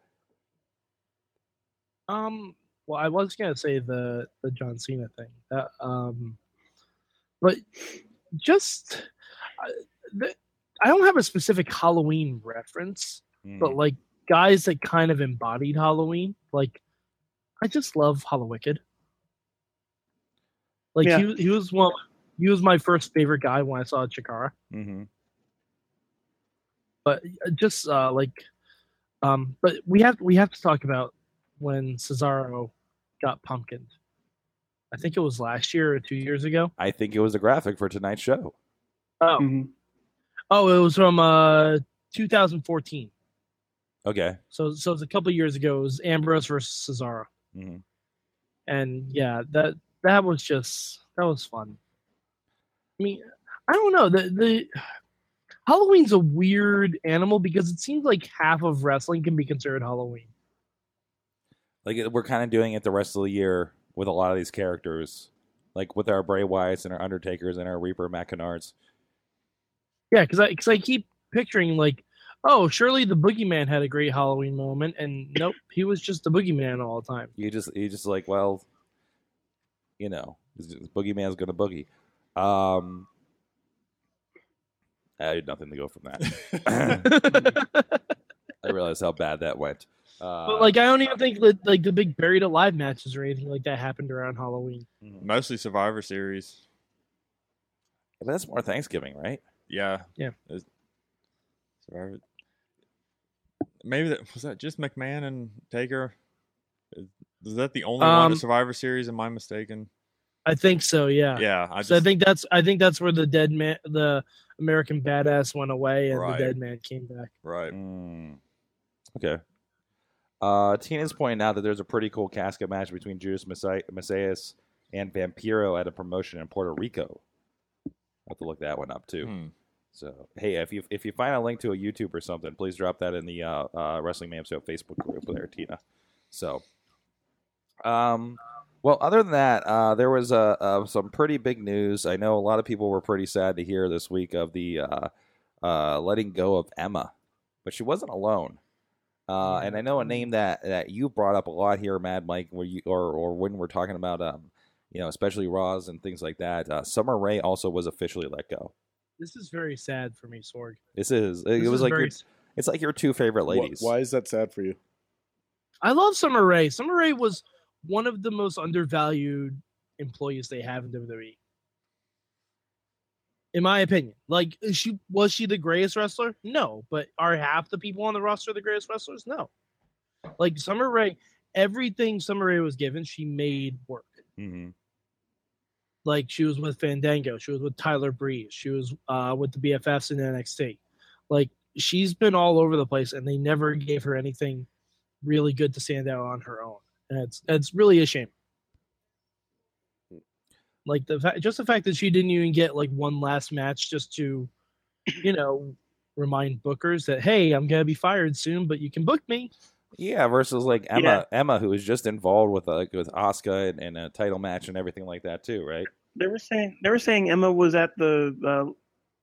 [SPEAKER 4] Um. Well, I was gonna say the the John Cena thing. That, um, but just I, the, I don't have a specific Halloween reference, but like guys that kind of embodied Halloween. Like, I just love Hollowicked. Like
[SPEAKER 3] Yeah.
[SPEAKER 4] he he was one. He was my first favorite guy when I saw Chikara.
[SPEAKER 2] Mm-hmm.
[SPEAKER 4] But just uh, like, um, but we have we have to talk about when Cesaro got pumpkined. I think it was last year or two years ago.
[SPEAKER 2] I think it was a graphic for tonight's show.
[SPEAKER 4] Oh,
[SPEAKER 3] Mhm.
[SPEAKER 4] oh, it was from uh 2014.
[SPEAKER 2] Okay.
[SPEAKER 4] So so it was a couple years ago. It was Ambrose versus Cesaro.
[SPEAKER 2] Mhm.
[SPEAKER 4] and yeah, that that was just that was fun. I mean, I don't know the the Halloween's a weird animal because it seems like half of wrestling can be considered Halloween.
[SPEAKER 2] Like we're kind of doing it the rest of the year with a lot of these characters, like with our Bray Wyatts and our Undertakers and our Reaper McInards.
[SPEAKER 4] Yeah, because I because I keep picturing like, oh, surely the boogeyman had a great Halloween moment, and nope, he was just the boogeyman all the time.
[SPEAKER 2] You just you just like well, you know, this- this boogeyman's gonna boogie. Um, I had nothing to go from
[SPEAKER 4] Oh.
[SPEAKER 2] that. I realized how bad that went. Uh,
[SPEAKER 4] But like, I don't even think that like the big buried alive matches or anything like that happened around Halloween.
[SPEAKER 6] Mostly Survivor Series.
[SPEAKER 2] but that's more Thanksgiving, right?
[SPEAKER 6] Yeah.
[SPEAKER 4] Yeah.
[SPEAKER 6] It's- Survivor. Maybe that was that just McMahon and Taker. Is is that the only one
[SPEAKER 4] Um,
[SPEAKER 6] to Survivor Series? Am I mistaken?
[SPEAKER 4] I think so. Yeah.
[SPEAKER 6] Yeah, I just
[SPEAKER 4] so I think that's I think that's where the dead man, the American badass, went away, and
[SPEAKER 6] Right.
[SPEAKER 4] the dead man came back.
[SPEAKER 6] right.
[SPEAKER 2] Mm. Okay. Uh, Tina's pointing out that there's a pretty cool casket match between Judas Messiah- Messias and Vampiro at a promotion in Puerto Rico. I'll have to look that one up too.
[SPEAKER 6] Hmm.
[SPEAKER 2] So hey, if you if you find a link to a YouTube or something, please drop that in the uh, uh, Wrestling Mayhem Show Facebook group there, Tina. So, um, well, other than that, uh, there was uh, uh, some pretty big news. I know a lot of people were pretty sad to hear this week of the uh, uh, letting go of Emma, but she wasn't alone. Uh, and I know a name that, that you brought up a lot here, Mad Mike, where you or or when we're talking about um, you know, especially Raws and things like that. Uh, Summer Rae also was officially let go.
[SPEAKER 4] This is very sad for me, Sorg.
[SPEAKER 2] This is it,
[SPEAKER 4] This
[SPEAKER 2] was
[SPEAKER 4] is
[SPEAKER 2] like
[SPEAKER 4] very
[SPEAKER 2] your, it's like your two favorite
[SPEAKER 5] Wh-
[SPEAKER 2] ladies.
[SPEAKER 5] Why is that sad for you?
[SPEAKER 4] I love Summer Rae. Summer Rae was one of the most undervalued employees they have in WWE. In my opinion, like is she was she the greatest wrestler? No, but are half the people on the roster the greatest wrestlers? No. Like Summer Rae, everything Summer Rae was given, she made work.
[SPEAKER 2] Mm-hmm.
[SPEAKER 4] Like she was with Fandango, she was with Tyler Breeze, she was uh, with the BFFs in NXT. Like she's been all over the place, and they never gave her anything really good to stand out on her own. And it's it's really a shame. Like the fact, just the fact that she didn't even get like one last match just to, you know, remind bookers that hey, I'm gonna be fired soon, but you can book me.
[SPEAKER 2] Yeah, versus like Emma, Emma, who was just involved with uh, with Oscar and, and a title match and everything like that too, right?
[SPEAKER 3] They were saying they were saying Emma was at the uh,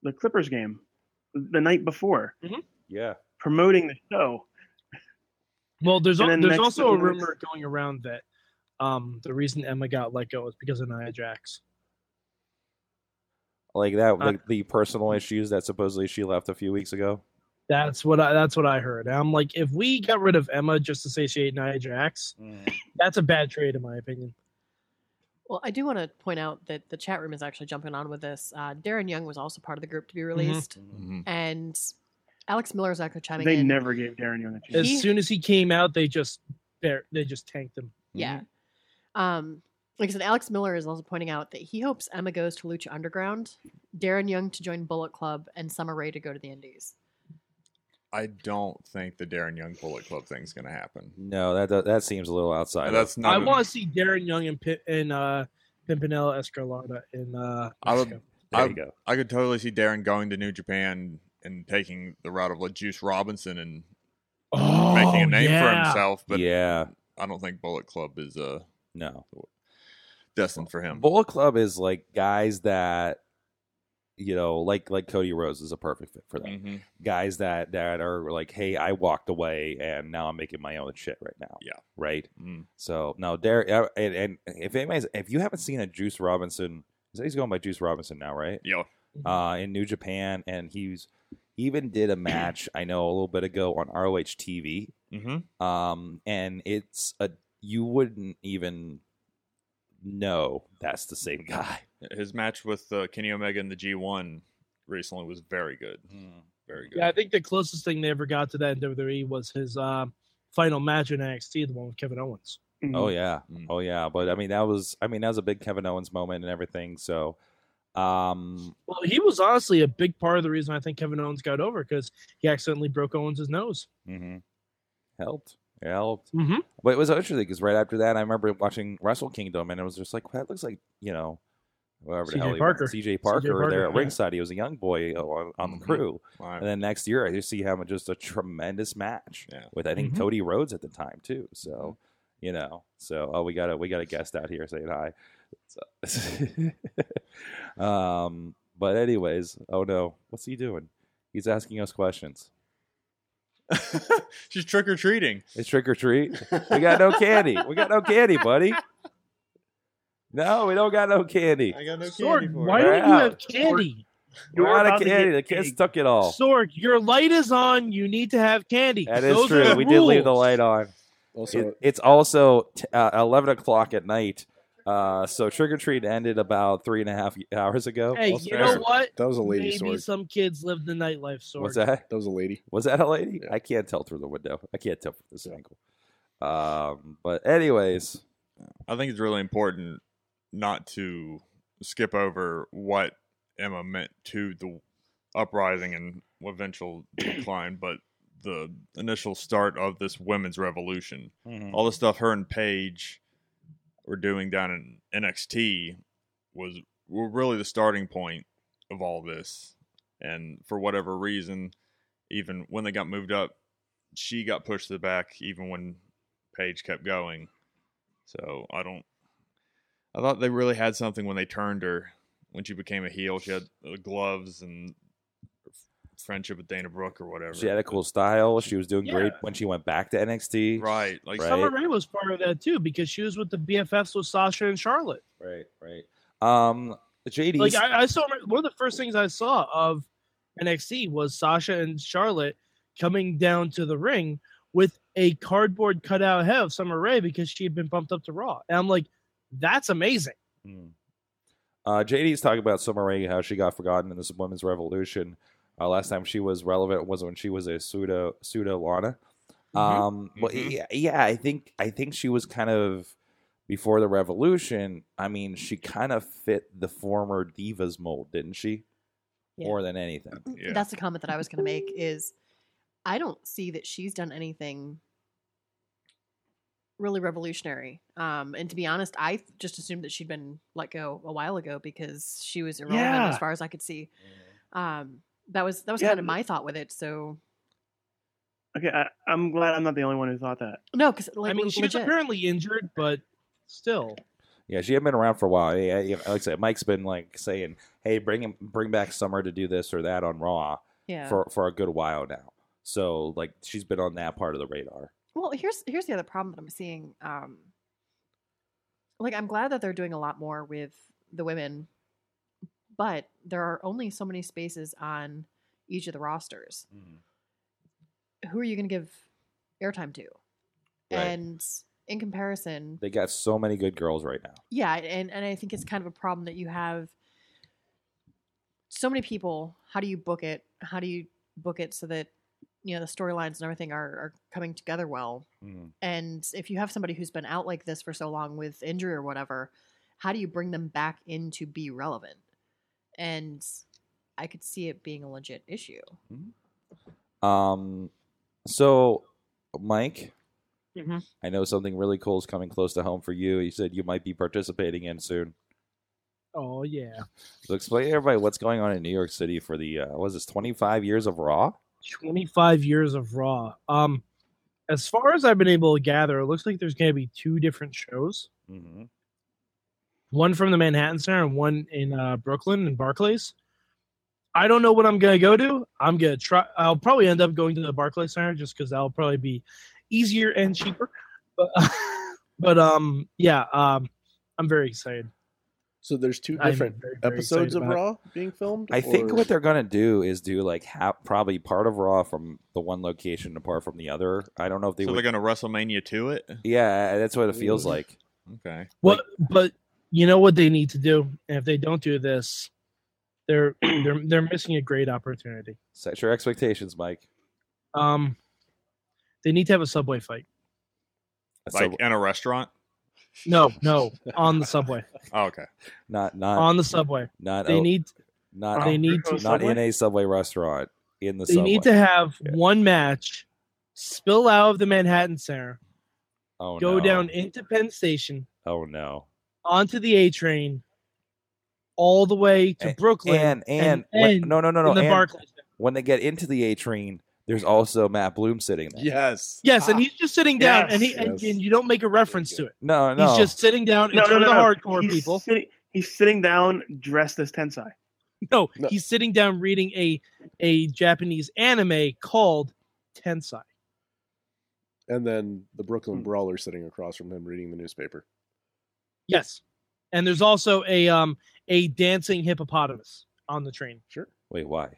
[SPEAKER 3] the Clippers game the night before
[SPEAKER 2] Yeah,
[SPEAKER 3] promoting the show.
[SPEAKER 4] Well, there's
[SPEAKER 3] And
[SPEAKER 4] al-
[SPEAKER 3] then
[SPEAKER 4] there's
[SPEAKER 3] next
[SPEAKER 4] also a
[SPEAKER 3] thing is-
[SPEAKER 4] rumor going around that um, the reason Emma got let go is because of Nia Jax.
[SPEAKER 2] like that,
[SPEAKER 4] Uh,
[SPEAKER 2] like the personal issues that supposedly she left a few weeks ago.
[SPEAKER 4] That's what I that's what I heard. And I'm like, if we got rid of Emma just to satiate Nia Jax,
[SPEAKER 6] Mm.
[SPEAKER 4] that's a bad trade in my opinion.
[SPEAKER 7] Well, I do want to point out that the chat room is actually jumping on with this. Uh, Darren Young was also part of the group to be released,
[SPEAKER 6] Mhm.
[SPEAKER 7] and Alex Miller is actually chiming
[SPEAKER 3] They
[SPEAKER 7] in.
[SPEAKER 3] never gave Darren Young a
[SPEAKER 4] As
[SPEAKER 3] chance.
[SPEAKER 7] He-
[SPEAKER 4] soon as he came out, they just bar- they just tanked him.
[SPEAKER 7] Yeah. Um, like I said, Alex Miller is also pointing out that he hopes Emma goes to Lucha Underground, Darren Young to join Bullet Club, and Summer Rae to go to the Indies.
[SPEAKER 6] I don't think the Darren Young Bullet Club thing's gonna happen.
[SPEAKER 2] No, that that, that seems a little outside. of-
[SPEAKER 6] That's not.
[SPEAKER 4] I want to see Darren Young and Pi- and uh, Pimpinella Escarlata in uh,
[SPEAKER 6] I would-
[SPEAKER 4] Mexico.
[SPEAKER 2] there
[SPEAKER 6] I-
[SPEAKER 2] you go.
[SPEAKER 6] I could totally see Darren going to New Japan and taking the route of like Juice Robinson and
[SPEAKER 4] oh,
[SPEAKER 6] making a name for
[SPEAKER 4] yeah.
[SPEAKER 6] himself. But
[SPEAKER 2] yeah,
[SPEAKER 6] I don't think Bullet Club is uh
[SPEAKER 2] no.
[SPEAKER 6] destined for him.
[SPEAKER 2] Bullet Club is like guys that you know, like like Cody Rose is a perfect fit for them.
[SPEAKER 6] Mhm.
[SPEAKER 2] guys that that are like, hey, I walked away and now I'm making my own shit right now.
[SPEAKER 6] Yeah.
[SPEAKER 2] Right.
[SPEAKER 6] Mm.
[SPEAKER 2] So no, there and, and if anybody's if you haven't seen a Juice Robinson, is that he's going by Juice Robinson now, right?
[SPEAKER 6] Yeah.
[SPEAKER 2] Uh, in New Japan, and he's even did a match I know a little bit ago on ROH TV,
[SPEAKER 6] Mm-hmm.
[SPEAKER 2] um, and it's a you wouldn't even know that's the same guy.
[SPEAKER 6] His match with uh, Kenny Omega in the G1 recently was very good. Very good.
[SPEAKER 4] Yeah, I think the closest thing they ever got to that in WWE was his uh, final match in NXT, the one with Kevin Owens.
[SPEAKER 3] Mhm.
[SPEAKER 2] Oh yeah,
[SPEAKER 6] Mm.
[SPEAKER 2] oh yeah. But I mean, that was I mean that was a big Kevin Owens moment and everything. So, um,
[SPEAKER 4] Well, he was honestly a big part of the reason I think Kevin Owens got over because he accidentally broke Owens' nose.
[SPEAKER 2] mhm. helped, It helped.
[SPEAKER 4] Mm-hmm.
[SPEAKER 2] But it was interesting because right after that, I remember watching Wrestle Kingdom, and it was just like that looks like you know, whatever the
[SPEAKER 4] CJ
[SPEAKER 2] hell he
[SPEAKER 4] Parker.
[SPEAKER 2] was. CJ Parker,
[SPEAKER 4] Parker,
[SPEAKER 2] there at
[SPEAKER 4] yeah. Mm-hmm.
[SPEAKER 2] ringside. He was a young boy uh, on, on the
[SPEAKER 6] Mhm.
[SPEAKER 2] crew,
[SPEAKER 6] All
[SPEAKER 2] and
[SPEAKER 6] right.
[SPEAKER 2] then next year I just see him in just a tremendous match
[SPEAKER 6] Yeah.
[SPEAKER 2] with I think
[SPEAKER 4] Mhm.
[SPEAKER 2] Cody Rhodes at the time too. So
[SPEAKER 4] Mm-hmm.
[SPEAKER 2] you know, so oh we got a we got a guest out here saying hi. So- um, but anyways, oh no, what's he doing? He's asking us questions.
[SPEAKER 6] She's trick or treating.
[SPEAKER 2] It's trick or treat. We got no candy. We got no candy, buddy. No, we don't got no candy.
[SPEAKER 6] I got no candy
[SPEAKER 4] Sorg,
[SPEAKER 6] for
[SPEAKER 4] why
[SPEAKER 6] it.
[SPEAKER 4] don't
[SPEAKER 2] We're
[SPEAKER 4] you
[SPEAKER 2] out.
[SPEAKER 4] have candy?
[SPEAKER 2] We're
[SPEAKER 3] You're
[SPEAKER 2] out
[SPEAKER 3] about
[SPEAKER 2] of
[SPEAKER 3] to
[SPEAKER 2] candy.
[SPEAKER 3] get
[SPEAKER 2] The kids
[SPEAKER 3] big.
[SPEAKER 2] took it all.
[SPEAKER 4] Sorg, your light is on. You need to have candy.
[SPEAKER 2] Oh. That is
[SPEAKER 4] Those are
[SPEAKER 2] true.
[SPEAKER 4] the
[SPEAKER 2] We did leave the
[SPEAKER 4] rules.
[SPEAKER 2] light on.
[SPEAKER 5] Also,
[SPEAKER 2] It, it's also t- uh, 11 o'clock at night. Uh, so trick or treat ended about three and a half hours ago.
[SPEAKER 4] Hey,
[SPEAKER 5] Also-
[SPEAKER 4] you know what?
[SPEAKER 5] that was a lady
[SPEAKER 4] Maybe
[SPEAKER 5] sword.
[SPEAKER 4] some kids live the nightlife, Sorg.
[SPEAKER 2] What's that?
[SPEAKER 5] That was a lady.
[SPEAKER 2] Was that a lady?
[SPEAKER 5] Yeah.
[SPEAKER 2] I can't tell through the window. I can't tell from this angle. Um, but anyways,
[SPEAKER 6] I think it's really important not to skip over what Emma meant to the uprising and eventual decline, but the initial start of this women's revolution.
[SPEAKER 2] Mm-hmm.
[SPEAKER 6] All the stuff her and Paige were doing down in NXT was were really the starting point of all this. And for whatever reason, even when they got moved up, she got pushed to the back even when Paige kept going. So I don't. I thought they really had something when they turned her when she became a heel. She had uh, gloves and friendship with Dana Brooke or whatever.
[SPEAKER 2] she had a cool style. She was doing great
[SPEAKER 4] Yeah.
[SPEAKER 2] when she went back to NXT.
[SPEAKER 6] right, like
[SPEAKER 2] Right.
[SPEAKER 4] Summer Rae was part of that too because she was with the BFFs with Sasha and Charlotte.
[SPEAKER 2] right, right. Um, JD,
[SPEAKER 4] Like I, I saw one of the first things I saw of NXT was Sasha and Charlotte coming down to the ring with a cardboard cutout head of Summer Rae because she had been bumped up to Raw, and I'm like, that's amazing.
[SPEAKER 2] Mm. uh, JD's talking about Summer Rae, how she got forgotten in this women's revolution. Uh, last time she was relevant was when she was a pseudo pseudo Lana. Um, but
[SPEAKER 6] Mhm.
[SPEAKER 2] yeah, yeah, I think I think she was kind of before the revolution. I mean, she kind of fit the former divas mold, didn't she?
[SPEAKER 7] Yeah. Mm,
[SPEAKER 2] More than anything,
[SPEAKER 6] Yeah.
[SPEAKER 7] That's the comment that I was going to make is I don't see that she's done anything really revolutionary. Um, and to be honest, I just assumed that she'd been let go a while ago because she was irrelevant as
[SPEAKER 4] Yeah.
[SPEAKER 7] far as I could see. Um, that was that was
[SPEAKER 3] Yeah,
[SPEAKER 7] kind of
[SPEAKER 3] n-
[SPEAKER 7] my thought with it. So
[SPEAKER 3] Okay, I, I'm glad I'm not the only one who thought that.
[SPEAKER 7] no, because like
[SPEAKER 4] I mean, she was
[SPEAKER 7] legit.
[SPEAKER 4] apparently injured, but still,
[SPEAKER 2] yeah, she had been around for a while. Yeah, yeah, like I said, Mike's been like saying, "Hey, bring him, bring back Summer to do this or that on Raw."
[SPEAKER 7] yeah.
[SPEAKER 2] for for a good while now. So like she's been on that part of the radar.
[SPEAKER 7] Well, here's here's the other problem that I'm seeing. Um, like I'm glad that they're doing a lot more with the women, but there are only so many spaces on each of the rosters. Who are you going to give airtime to?
[SPEAKER 2] Mm-hmm. Right.
[SPEAKER 7] And in comparison,
[SPEAKER 2] They got so many good girls right now.
[SPEAKER 7] yeah, and and I think it's kind of a problem that you have so many people. How do you book it? How do you book it so that you know the storylines and everything are are coming together well? And if you have somebody who's been out like this for so long with injury or whatever, how do you bring them back in to be relevant? And I could see it being a legit issue.
[SPEAKER 2] Um, so Mike,
[SPEAKER 7] Mhm.
[SPEAKER 2] I know something really cool is coming close to home for you. You said you might be participating in soon.
[SPEAKER 4] oh yeah.
[SPEAKER 2] So explain to everybody what's going on in New York City for the uh, was this twenty five years of Raw?
[SPEAKER 4] 25 years of Raw. Um, as far as I've been able to gather, it looks like there's going to be two different shows.
[SPEAKER 2] Mm-hmm.
[SPEAKER 4] One from the Manhattan Center and one in uh, Brooklyn and Barclays. I don't know what I'm going to go to. I'm going to try. I'll probably end up going to the Barclays Center just because that'll probably be easier and cheaper. But, but um, yeah, um, I'm very excited.
[SPEAKER 5] So there's two
[SPEAKER 4] I'm
[SPEAKER 5] different
[SPEAKER 4] very, very excited
[SPEAKER 5] episodes of
[SPEAKER 4] about it.
[SPEAKER 5] Raw being filmed.
[SPEAKER 2] I think
[SPEAKER 5] or-
[SPEAKER 2] what they're gonna do is do like ha- probably part of Raw from the one location apart from the other. I don't know if they
[SPEAKER 6] so
[SPEAKER 2] would.
[SPEAKER 6] they're gonna WrestleMania to it.
[SPEAKER 2] yeah, that's what it feels
[SPEAKER 4] Mm.
[SPEAKER 5] Ooh.
[SPEAKER 2] like.
[SPEAKER 6] Okay.
[SPEAKER 4] What? but you know what they need to do, and if they don't do this, they're they're they're missing a great opportunity.
[SPEAKER 2] Set your expectations, Mike.
[SPEAKER 4] Um, they need to have a subway fight.
[SPEAKER 2] So-
[SPEAKER 6] Like in a restaurant.
[SPEAKER 4] No, no, on the subway,
[SPEAKER 6] Oh, okay.
[SPEAKER 2] not not
[SPEAKER 4] on the subway.
[SPEAKER 2] not
[SPEAKER 4] They
[SPEAKER 2] oh,
[SPEAKER 4] need
[SPEAKER 2] not
[SPEAKER 4] they need
[SPEAKER 3] Not
[SPEAKER 4] to
[SPEAKER 2] not in a subway restaurant in the
[SPEAKER 4] they
[SPEAKER 2] subway.
[SPEAKER 4] need to have
[SPEAKER 2] Yeah.
[SPEAKER 4] one match, spill out of the Manhattan Center,
[SPEAKER 2] oh,
[SPEAKER 4] go
[SPEAKER 2] no.
[SPEAKER 4] down into Penn Station,
[SPEAKER 2] oh no
[SPEAKER 4] onto the A train, all the way to
[SPEAKER 2] A-
[SPEAKER 4] Brooklyn
[SPEAKER 2] and and,
[SPEAKER 4] and
[SPEAKER 2] when-
[SPEAKER 4] end
[SPEAKER 2] no no no no
[SPEAKER 4] in the
[SPEAKER 2] and
[SPEAKER 4] Barclays.
[SPEAKER 2] when they get into the A train, there's also Matt Bloom sitting there.
[SPEAKER 5] Yes.
[SPEAKER 4] Yes,
[SPEAKER 2] Ah,
[SPEAKER 4] and he's just sitting down, and he
[SPEAKER 5] Yes.
[SPEAKER 4] and,
[SPEAKER 5] Yes.
[SPEAKER 4] and you don't make a reference to it.
[SPEAKER 2] No no
[SPEAKER 4] He's just sitting down in
[SPEAKER 3] No, no,
[SPEAKER 4] front
[SPEAKER 3] no,
[SPEAKER 4] of
[SPEAKER 3] no.
[SPEAKER 4] the hardcore
[SPEAKER 3] he's
[SPEAKER 4] people.
[SPEAKER 3] Sitting, he's sitting down dressed as Tensai.
[SPEAKER 4] No,
[SPEAKER 5] No.
[SPEAKER 4] he's sitting down reading a a Japanese anime called Tensai.
[SPEAKER 5] and then the Brooklyn
[SPEAKER 3] Hmm.
[SPEAKER 5] Brawler sitting across from him reading the newspaper.
[SPEAKER 4] Yes, and there's also a um a dancing hippopotamus on the train.
[SPEAKER 5] Sure.
[SPEAKER 2] Wait, why?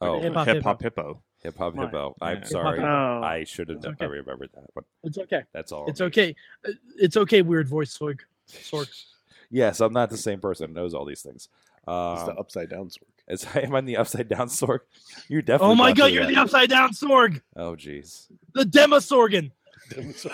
[SPEAKER 6] Oh,
[SPEAKER 2] Oh,
[SPEAKER 4] Hip
[SPEAKER 6] hip
[SPEAKER 4] hop
[SPEAKER 6] hop hippo.
[SPEAKER 2] hip hop
[SPEAKER 3] Why?
[SPEAKER 2] hippo.
[SPEAKER 6] Yeah.
[SPEAKER 2] I'm
[SPEAKER 4] Hip
[SPEAKER 2] sorry.
[SPEAKER 4] hop
[SPEAKER 3] Oh,
[SPEAKER 2] I should have
[SPEAKER 4] It's
[SPEAKER 2] known.
[SPEAKER 4] okay.
[SPEAKER 2] I remembered that, but
[SPEAKER 4] It's okay.
[SPEAKER 2] that's all.
[SPEAKER 4] It's
[SPEAKER 2] me.
[SPEAKER 4] okay. Uh, It's okay. Weird voice, Sorg. Sorg.
[SPEAKER 2] Yes, I'm not the same person who knows all these things.
[SPEAKER 5] It's the
[SPEAKER 2] Um,
[SPEAKER 5] upside down Sork.
[SPEAKER 2] as I am on the upside down sorg, you're definitely.
[SPEAKER 4] Oh my
[SPEAKER 2] gone
[SPEAKER 4] God!
[SPEAKER 2] through
[SPEAKER 4] You're
[SPEAKER 2] that.
[SPEAKER 4] the upside down Sorg,
[SPEAKER 2] Oh jeez.
[SPEAKER 4] the Demasorgan.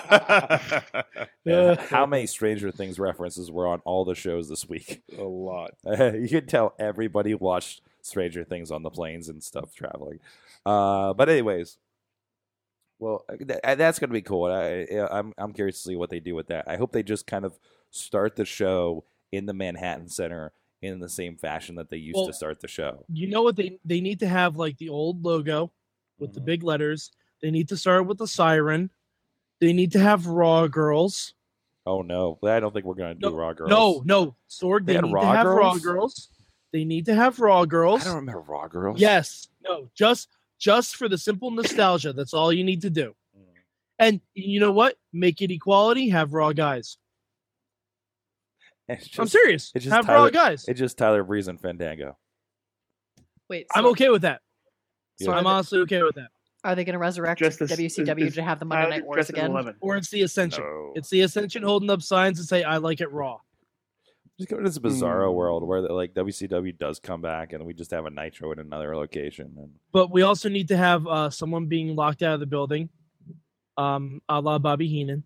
[SPEAKER 2] And How many Stranger Things references were on all the shows this week?
[SPEAKER 5] A lot.
[SPEAKER 2] you could tell everybody watched Stranger Things on the planes and stuff traveling. Uh, but anyways, well, uh, th- that's going to be cool. I, I, I'm I'm curious to see what they do with that. I hope they just kind of start the show in the Manhattan Center in the same fashion that they used
[SPEAKER 4] Well-
[SPEAKER 2] to start the show.
[SPEAKER 4] You know what they they need to have like the old logo with the
[SPEAKER 2] Mhm.
[SPEAKER 4] big letters. They need to start with the siren. They need to have Raw Girls.
[SPEAKER 2] Oh no, I don't think we're going to do Raw Girls.
[SPEAKER 4] No, no, Sorg.
[SPEAKER 2] They
[SPEAKER 4] They,
[SPEAKER 2] had
[SPEAKER 4] need
[SPEAKER 2] Raw
[SPEAKER 4] to have Raw
[SPEAKER 2] Girls?
[SPEAKER 4] Girls. They need to have Raw Girls.
[SPEAKER 2] I don't remember Raw Girls.
[SPEAKER 4] Yes. No. Just just for the simple nostalgia. That's all you need to do.
[SPEAKER 2] Mm.
[SPEAKER 4] And you know what? Make it equality. Have raw guys.
[SPEAKER 2] It's just,
[SPEAKER 4] I'm serious.
[SPEAKER 2] it's just
[SPEAKER 4] have raw
[SPEAKER 2] Tyler-
[SPEAKER 4] guys.
[SPEAKER 2] It's just Tyler Breeze and Fandango.
[SPEAKER 7] Wait,
[SPEAKER 4] I'm
[SPEAKER 7] so-
[SPEAKER 4] okay with that.
[SPEAKER 2] Yeah.
[SPEAKER 4] I'm honestly okay with that.
[SPEAKER 7] Are they going to resurrect
[SPEAKER 3] Dressed as-
[SPEAKER 7] WCW
[SPEAKER 3] is-
[SPEAKER 7] to have the
[SPEAKER 3] Tyler
[SPEAKER 7] Monday Night Wars
[SPEAKER 3] dressed as
[SPEAKER 7] again?
[SPEAKER 3] 11.
[SPEAKER 4] Or it's the Ascension.
[SPEAKER 6] No.
[SPEAKER 4] It's the Ascension holding up signs that say "I like it raw."
[SPEAKER 2] Just go to this bizarro
[SPEAKER 5] Hmm.
[SPEAKER 2] world where like WCW does come back and we just have a Nitro in another location. And
[SPEAKER 4] But we also need to have uh, someone being locked out of the building, um, a la Bobby Heenan.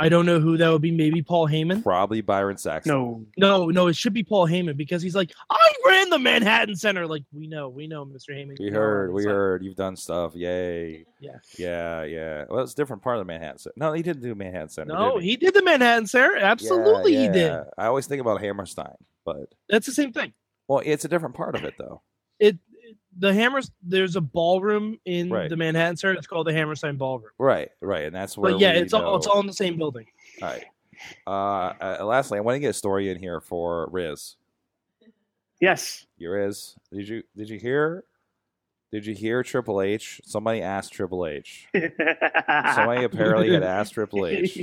[SPEAKER 4] I don't know who that would be. Maybe Paul Heyman.
[SPEAKER 2] probably Byron Saxon.
[SPEAKER 3] No,
[SPEAKER 4] No, no, it should be Paul Heyman because he's like, I ran the Manhattan Center. Like we know, we know, Mr. Heyman.
[SPEAKER 2] We
[SPEAKER 4] you know,
[SPEAKER 2] heard,
[SPEAKER 4] it's
[SPEAKER 2] we
[SPEAKER 4] like-
[SPEAKER 2] heard. You've done stuff. Yay.
[SPEAKER 4] Yeah.
[SPEAKER 2] Yeah, yeah. Well, it's a different part of the Manhattan Center. No, he didn't do Manhattan Center.
[SPEAKER 4] No,
[SPEAKER 2] did he?
[SPEAKER 4] he did the Manhattan Center.
[SPEAKER 2] Yeah,
[SPEAKER 4] Absolutely, he did.
[SPEAKER 2] yeah. I always think about Hammerstein, but
[SPEAKER 4] That's the same thing.
[SPEAKER 2] well, it's a different part of it though.
[SPEAKER 4] It the Hammers. There's a ballroom in
[SPEAKER 2] Right.
[SPEAKER 4] the Manhattan Center. It's called the Hammerstein Ballroom.
[SPEAKER 2] Right, right, and that's where.
[SPEAKER 4] But yeah,
[SPEAKER 2] we
[SPEAKER 4] it's all it's
[SPEAKER 2] know-
[SPEAKER 4] all in the same building.
[SPEAKER 2] All right. Uh, uh, lastly, I want to get a story in here for Riz.
[SPEAKER 3] yes.
[SPEAKER 2] You Riz, did you did you hear? Did you hear Triple H? Somebody asked Triple H. Somebody apparently had asked Triple H.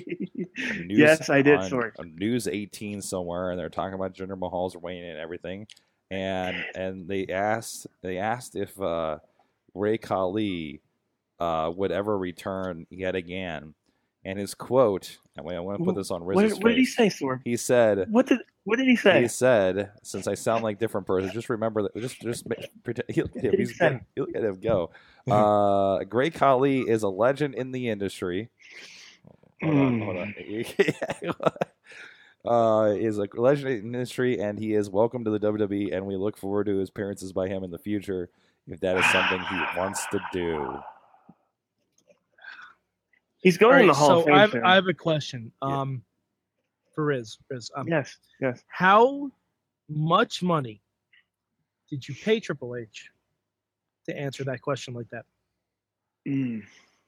[SPEAKER 2] on news-
[SPEAKER 3] yes, I did.
[SPEAKER 2] on-
[SPEAKER 3] Sorry.
[SPEAKER 2] on News 18 somewhere, and they're talking about Jinder Mahal's reign and everything, and and they asked they asked if uh, Ray Khali uh, would ever return yet again, and his quote. And wait, I want to put this on
[SPEAKER 3] What,
[SPEAKER 2] Riz's
[SPEAKER 3] did- what did he
[SPEAKER 2] face.
[SPEAKER 3] say, Sorg?
[SPEAKER 2] He said.
[SPEAKER 3] What did What did he
[SPEAKER 2] He
[SPEAKER 3] say?
[SPEAKER 2] said, "Since I sound like different person, just remember that. Just, just ma- pretend. He look at him.
[SPEAKER 3] He Mm-hmm.
[SPEAKER 2] He's
[SPEAKER 3] said-
[SPEAKER 2] good. He look at him go. Uh, Gray Khali is a legend in the industry. Hold
[SPEAKER 3] Hmm.
[SPEAKER 2] on, hold on.
[SPEAKER 3] Mm.
[SPEAKER 2] uh, is a legend in the industry, and he is welcome to the WWE, and we look forward to his appearances by him in the future if that is something he wants to do.
[SPEAKER 3] He's going in the
[SPEAKER 4] Alright,
[SPEAKER 3] Hall
[SPEAKER 4] so
[SPEAKER 3] of
[SPEAKER 4] I've,
[SPEAKER 3] Fame.
[SPEAKER 4] I
[SPEAKER 3] i
[SPEAKER 4] have a question.
[SPEAKER 2] Yeah.
[SPEAKER 4] Um, for Riz, Riz, um,
[SPEAKER 3] yes, yes.
[SPEAKER 4] how much money did you pay Triple H to answer that question like that? Hmm.
[SPEAKER 3] Mm.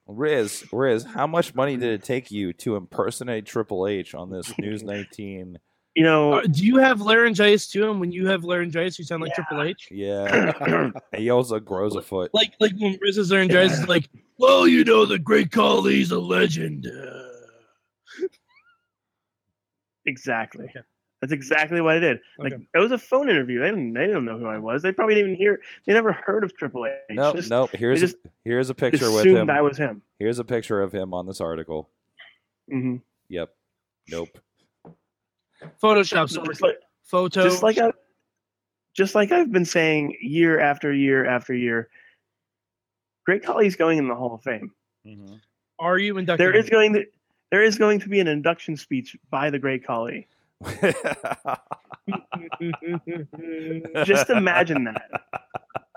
[SPEAKER 2] Riz, Riz, how much money did it take you to impersonate Triple H on this News 19?
[SPEAKER 3] You know,
[SPEAKER 4] Uh, do you have laryngitis too? And when you have laryngitis, you sound like Triple H.
[SPEAKER 2] Yeah, he also grows a foot.
[SPEAKER 4] Like like when Riz's laryngitis is like, well, you know, the Great Khali's a legend. Uh,
[SPEAKER 3] exactly.
[SPEAKER 4] Okay.
[SPEAKER 3] That's exactly what I did. Like
[SPEAKER 4] Okay.
[SPEAKER 3] it was a phone interview. They didn't. They didn't know who I was. They probably didn't even hear. They never heard of Triple H.
[SPEAKER 2] Nope,
[SPEAKER 3] Just
[SPEAKER 2] nope. Here's
[SPEAKER 3] just
[SPEAKER 2] a, here's a picture with
[SPEAKER 3] assumed
[SPEAKER 2] him.
[SPEAKER 3] I was him.
[SPEAKER 2] Here's a picture of him on this article.
[SPEAKER 3] hmm
[SPEAKER 2] Yep. Nope.
[SPEAKER 4] Photoshop source.
[SPEAKER 3] But
[SPEAKER 4] Photo.
[SPEAKER 3] just like I, just like I've been saying year after year after year, Great Khali's going in the Hall of Fame.
[SPEAKER 4] are you inducted?
[SPEAKER 3] There is going to there is going to be an induction speech by the Great Khali. Just imagine that.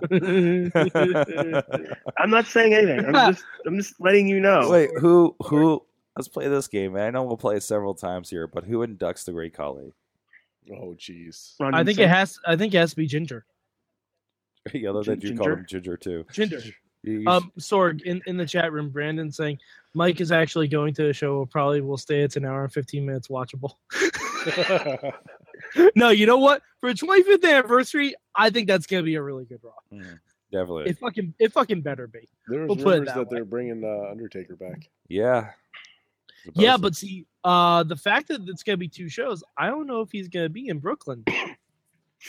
[SPEAKER 3] I'm not saying anything. I'm just I'm just letting you know.
[SPEAKER 2] Wait, who who? Let's play this game, man. I know we'll play it several times here, but who inducts the Great Khali?
[SPEAKER 5] Oh, jeez.
[SPEAKER 3] Ron
[SPEAKER 4] I think
[SPEAKER 3] Johnson.
[SPEAKER 4] it has. I think it has to be Ginger.
[SPEAKER 2] I love that you called
[SPEAKER 3] Ginger?
[SPEAKER 2] him Ginger too.
[SPEAKER 4] Ginger.
[SPEAKER 2] You-
[SPEAKER 4] Um, Sorg in, in the chat room, Brandon saying Mike is actually going to a show. We'll probably will stay. It's an hour and fifteen minutes watchable. no, you know what? For a 25th anniversary, I think that's gonna be a really good Raw.
[SPEAKER 2] Mhm. Definitely.
[SPEAKER 4] It fucking it fucking better be.
[SPEAKER 5] There
[SPEAKER 4] We'll
[SPEAKER 5] was
[SPEAKER 4] put it
[SPEAKER 5] rumors
[SPEAKER 4] that
[SPEAKER 5] that, they're bringing uh, Undertaker back.
[SPEAKER 2] yeah.
[SPEAKER 4] Yeah,
[SPEAKER 2] Supposedly.
[SPEAKER 4] but see, uh, the fact that it's gonna be two shows, I don't know if he's gonna be in Brooklyn.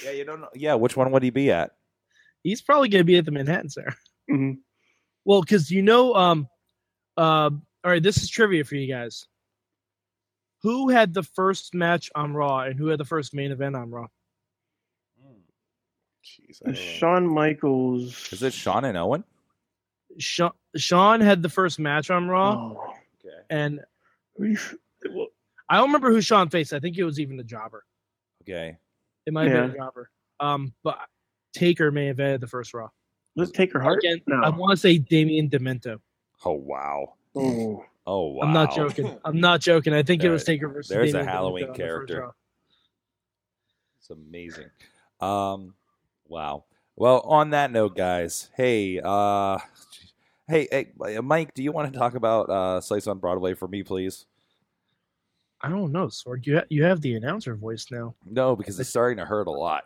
[SPEAKER 2] yeah, you don't know. Yeah, which one would he be at?
[SPEAKER 4] He's probably gonna be at the Manhattan Center.
[SPEAKER 3] Mhm.
[SPEAKER 4] Well, because you know, um, uh, all right, this is trivia for you guys. Who had the first match on Raw and who had the first main event on Raw?
[SPEAKER 5] Jeez, I don't know.
[SPEAKER 3] Shawn Michaels.
[SPEAKER 2] Is it Sean and Owen?
[SPEAKER 4] Sha- Sean had the first match on Raw,
[SPEAKER 3] Oh.
[SPEAKER 2] Okay.
[SPEAKER 4] and
[SPEAKER 3] Are you f- well,
[SPEAKER 4] I don't remember who Sean faced. I think it was even the Jobber.
[SPEAKER 2] Okay.
[SPEAKER 4] It might have been
[SPEAKER 3] Yeah.
[SPEAKER 4] a Jobber. Um, but Taker may have had the first Raw.
[SPEAKER 3] Was it Taker Hart?
[SPEAKER 4] Again,
[SPEAKER 3] no.
[SPEAKER 4] I want to say Damien Demento.
[SPEAKER 2] Oh wow.
[SPEAKER 3] Oh.
[SPEAKER 2] Oh wow.
[SPEAKER 4] I'm not joking. I'm not joking. I think it was
[SPEAKER 2] There-
[SPEAKER 4] Taker versus.
[SPEAKER 2] there's a
[SPEAKER 4] Damien Demento
[SPEAKER 2] Halloween
[SPEAKER 4] on the first
[SPEAKER 2] character.
[SPEAKER 4] round.
[SPEAKER 2] It's amazing. Um, wow. Well, on that note, guys. Hey, uh, geez. hey, hey, Mike. Do you want to talk about uh, Slice on Broadway for me, please?
[SPEAKER 4] I don't know, Sword. You ha- you have the announcer voice now.
[SPEAKER 2] No, because it's starting to hurt a lot.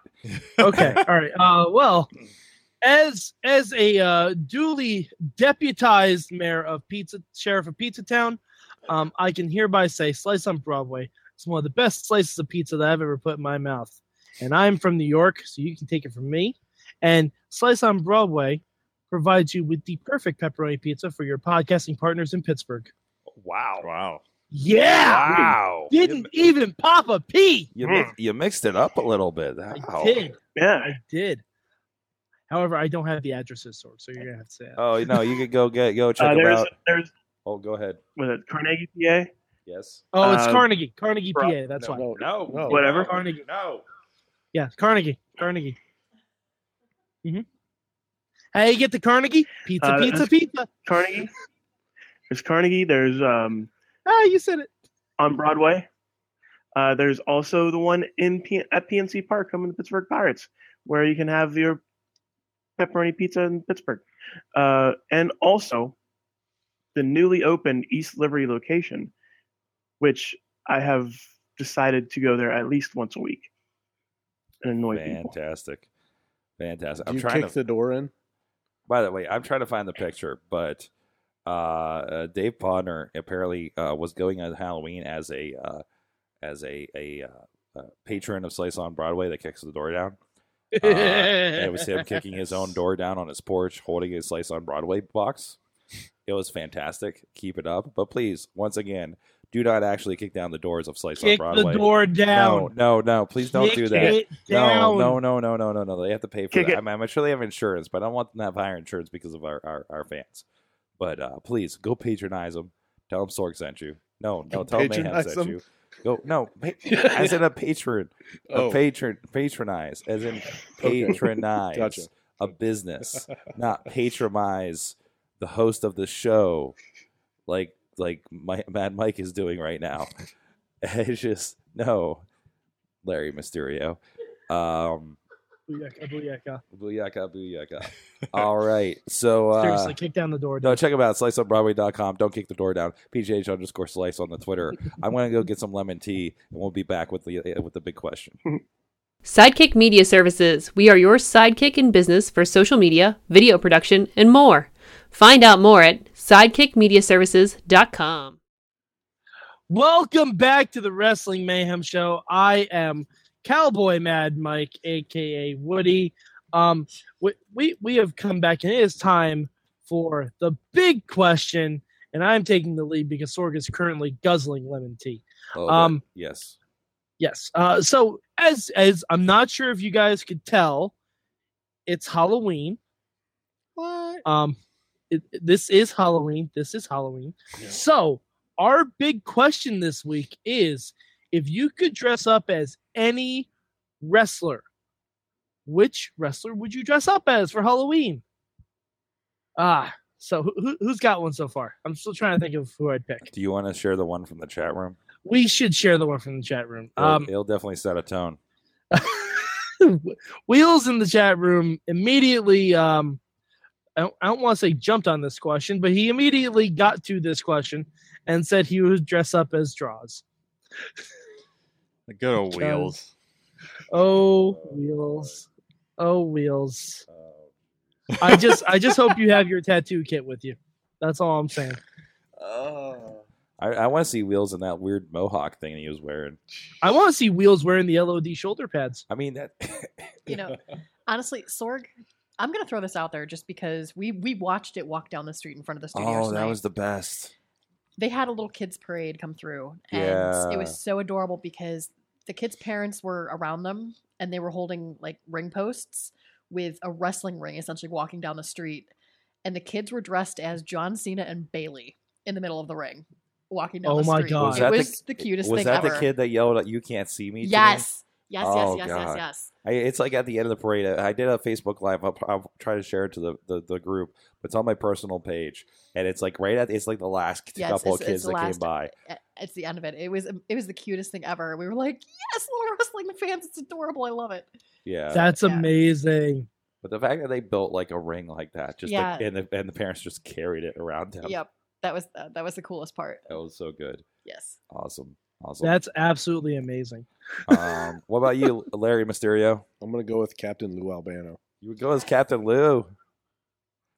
[SPEAKER 4] Okay. All right. Uh, well, as as a uh, duly deputized mayor of Pizza Sheriff of Pizza Town, um, I can hereby say Slice on Broadway is one of the best slices of pizza that I've ever put in my mouth. And I'm from New York, so you can take it from me. And Slice on Broadway provides you with the perfect pepperoni pizza for your podcasting partners in Pittsburgh.
[SPEAKER 2] Wow.
[SPEAKER 6] Wow.
[SPEAKER 4] Yeah.
[SPEAKER 2] Wow. Hmm.
[SPEAKER 4] Didn't even pop a pee.
[SPEAKER 2] You, mi- you mixed it up a little bit. Oh.
[SPEAKER 4] I
[SPEAKER 2] Wow.
[SPEAKER 4] did.
[SPEAKER 3] Yeah.
[SPEAKER 4] I did. However, I don't have the addresses, Sorg, so you're gonna have to say that.
[SPEAKER 2] Oh no, you could go get go
[SPEAKER 3] Uh,
[SPEAKER 2] check them
[SPEAKER 3] there's
[SPEAKER 2] out.
[SPEAKER 3] there's
[SPEAKER 2] Oh, go ahead.
[SPEAKER 3] was it Carnegie, PA?
[SPEAKER 2] Yes.
[SPEAKER 4] oh, it's
[SPEAKER 3] uh,
[SPEAKER 4] Carnegie, Carnegie,
[SPEAKER 3] bro-
[SPEAKER 4] PA. That's why.
[SPEAKER 5] no,
[SPEAKER 2] No.
[SPEAKER 5] no.
[SPEAKER 3] Whatever.
[SPEAKER 4] Carnegie.
[SPEAKER 2] No.
[SPEAKER 4] Yeah, Carnegie, Carnegie. Mm-hmm. How you get the Carnegie? Pizza,
[SPEAKER 3] Uh,
[SPEAKER 4] pizza, pizza.
[SPEAKER 3] Carnegie. There's Carnegie. There's um
[SPEAKER 4] Ah, you said it.
[SPEAKER 3] on Broadway. Uh, there's also the one in P- at PNC Park, home of the Pittsburgh Pirates, where you can have your pepperoni pizza in Pittsburgh, uh, and also the newly opened East Livery location, which I have decided to go there at least once a week and annoy people.
[SPEAKER 2] Fantastic. Fantastic.
[SPEAKER 5] Do
[SPEAKER 2] I'm
[SPEAKER 5] you
[SPEAKER 2] trying
[SPEAKER 5] kick
[SPEAKER 2] to
[SPEAKER 5] the door in?
[SPEAKER 2] By the way, I'm trying to find the picture, but uh, uh, Dave Podner apparently uh, was going on Halloween as a uh, as a a uh, uh, patron of Slice on Broadway that kicks the door down. Uh, and it was him kicking his own door down on his porch, holding his Slice on Broadway box. It was fantastic. Keep it up, but please, once again, do not actually kick down the doors of Slice
[SPEAKER 4] Kick
[SPEAKER 2] on
[SPEAKER 4] the
[SPEAKER 2] Broadway.
[SPEAKER 4] door down.
[SPEAKER 2] No, no, no! Please don't
[SPEAKER 4] Kick
[SPEAKER 2] do that.
[SPEAKER 4] It
[SPEAKER 2] No,
[SPEAKER 4] down.
[SPEAKER 2] no, no, no, no, no, no. They have to pay for
[SPEAKER 3] Kick
[SPEAKER 2] that.
[SPEAKER 3] it.
[SPEAKER 2] I'm, I'm sure they have insurance, but I don't want them to have higher insurance because of our, our, our fans. But uh, please go patronize them. Tell them Sorg sent you. No, no,
[SPEAKER 5] Go
[SPEAKER 2] tell them Mayhem
[SPEAKER 5] patronize
[SPEAKER 2] sent
[SPEAKER 5] them?
[SPEAKER 2] you. Go no, pa- as in a patron,
[SPEAKER 5] Oh,
[SPEAKER 2] a patron, patronize, as in
[SPEAKER 5] Okay.
[SPEAKER 2] patronize
[SPEAKER 5] Gotcha.
[SPEAKER 2] a business, not patronize the host of the show, like like my, Mad Mike is doing right now. It's just no, Larry Mysterio. Um,
[SPEAKER 4] Booyaka, booyaka.
[SPEAKER 2] Booyaka, booyaka. All right. So, uh,
[SPEAKER 4] Seriously, kick down the door.
[SPEAKER 2] no,
[SPEAKER 4] down.
[SPEAKER 2] check them out. SliceUpBroadway.com. Don't kick the door down. PGH underscore slice on the Twitter. I'm going to go get some lemon tea and we'll be back with the, with the big question.
[SPEAKER 1] Sidekick Media Services. We are your sidekick in business for social media, video production, and more. Find out more at sidekickmediaservices.com.
[SPEAKER 4] Welcome back to the Wrestling Mayhem Show. I am Cowboy Mad Mike, aka Woody. Um, we, we we have come back, and it is time for the big question. And I'm taking the lead because Sorg is currently guzzling lemon tea.
[SPEAKER 2] A little
[SPEAKER 4] Um,
[SPEAKER 2] bit. Yes.
[SPEAKER 4] Yes. Uh, so as as I'm not sure if you guys could tell, it's Halloween. What? Um, it, this is Halloween. This is Halloween. So our big question this week is: if you could dress up as any wrestler, which wrestler would you dress up as for Halloween? Ah, so who, who, who's got one so far? I'm still trying to think of who I'd pick.
[SPEAKER 2] Do you want to share the one from the chat room?
[SPEAKER 4] We should share the one from the chat room.
[SPEAKER 2] It'll,
[SPEAKER 4] Um,
[SPEAKER 2] it'll definitely set a tone.
[SPEAKER 4] Wheels in the chat room immediately. Um, I don't, I don't want to say jumped on this question, but he immediately got to this question and said he would dress up as draws.
[SPEAKER 6] The good old wheels.
[SPEAKER 4] Oh, wheels! Oh, wheels! I just I just hope you have your tattoo kit with you. That's all I'm saying. Oh.
[SPEAKER 2] I, I want to see Wheels in that weird mohawk thing he was wearing.
[SPEAKER 4] I want to see Wheels wearing the LOD shoulder pads.
[SPEAKER 2] I mean that.
[SPEAKER 7] You know, honestly, Sorg, I'm gonna throw this out there just because we we watched it walk down the street in front of the studio.
[SPEAKER 2] oh, that
[SPEAKER 7] tonight.
[SPEAKER 2] was the best.
[SPEAKER 7] they had a little kids parade come through and it
[SPEAKER 2] Yeah.
[SPEAKER 7] was so adorable because the kids parents were around them and they were holding like ring posts with a wrestling ring essentially walking down the street and the kids were dressed as John Cena and Bailey in the middle of the ring walking down
[SPEAKER 4] Oh
[SPEAKER 7] the
[SPEAKER 4] my
[SPEAKER 7] street.
[SPEAKER 4] God. Was
[SPEAKER 7] It
[SPEAKER 2] that the-
[SPEAKER 7] was the, cutest
[SPEAKER 2] was
[SPEAKER 7] thing
[SPEAKER 2] that
[SPEAKER 7] ever.
[SPEAKER 2] the kid that yelled at "You can't see me"? to me?
[SPEAKER 7] Yes. Yes, yes,
[SPEAKER 2] Oh,
[SPEAKER 7] yes,
[SPEAKER 2] God.
[SPEAKER 7] yes, yes.
[SPEAKER 2] I, it's like at the end of the parade. I, I did a Facebook live. I'll, I'll try to share it to the, the, the group. But it's on my personal page, and it's like right at it's like the last
[SPEAKER 7] Yeah, it's-
[SPEAKER 2] couple
[SPEAKER 7] it's-
[SPEAKER 2] of kids
[SPEAKER 7] it's the
[SPEAKER 2] that came
[SPEAKER 7] last-
[SPEAKER 2] by.
[SPEAKER 7] A- It's the end of it. It was it was the cutest thing ever. We were like, "Yes, little wrestling fans, it's adorable. I love it."
[SPEAKER 2] Yeah,
[SPEAKER 4] That's
[SPEAKER 7] yeah.
[SPEAKER 4] amazing.
[SPEAKER 2] but the fact that they built like a ring like that, just like,
[SPEAKER 7] Yeah.
[SPEAKER 2] and the and the parents just carried it around them.
[SPEAKER 7] Yep. That was uh, that was the coolest part.
[SPEAKER 2] that was so good.
[SPEAKER 7] Yes.
[SPEAKER 2] Awesome, awesome.
[SPEAKER 4] That's absolutely amazing.
[SPEAKER 2] um, what about you, Larry Mysterio?
[SPEAKER 5] I'm gonna go with Captain Lou Albano
[SPEAKER 2] You would go as Captain Lou.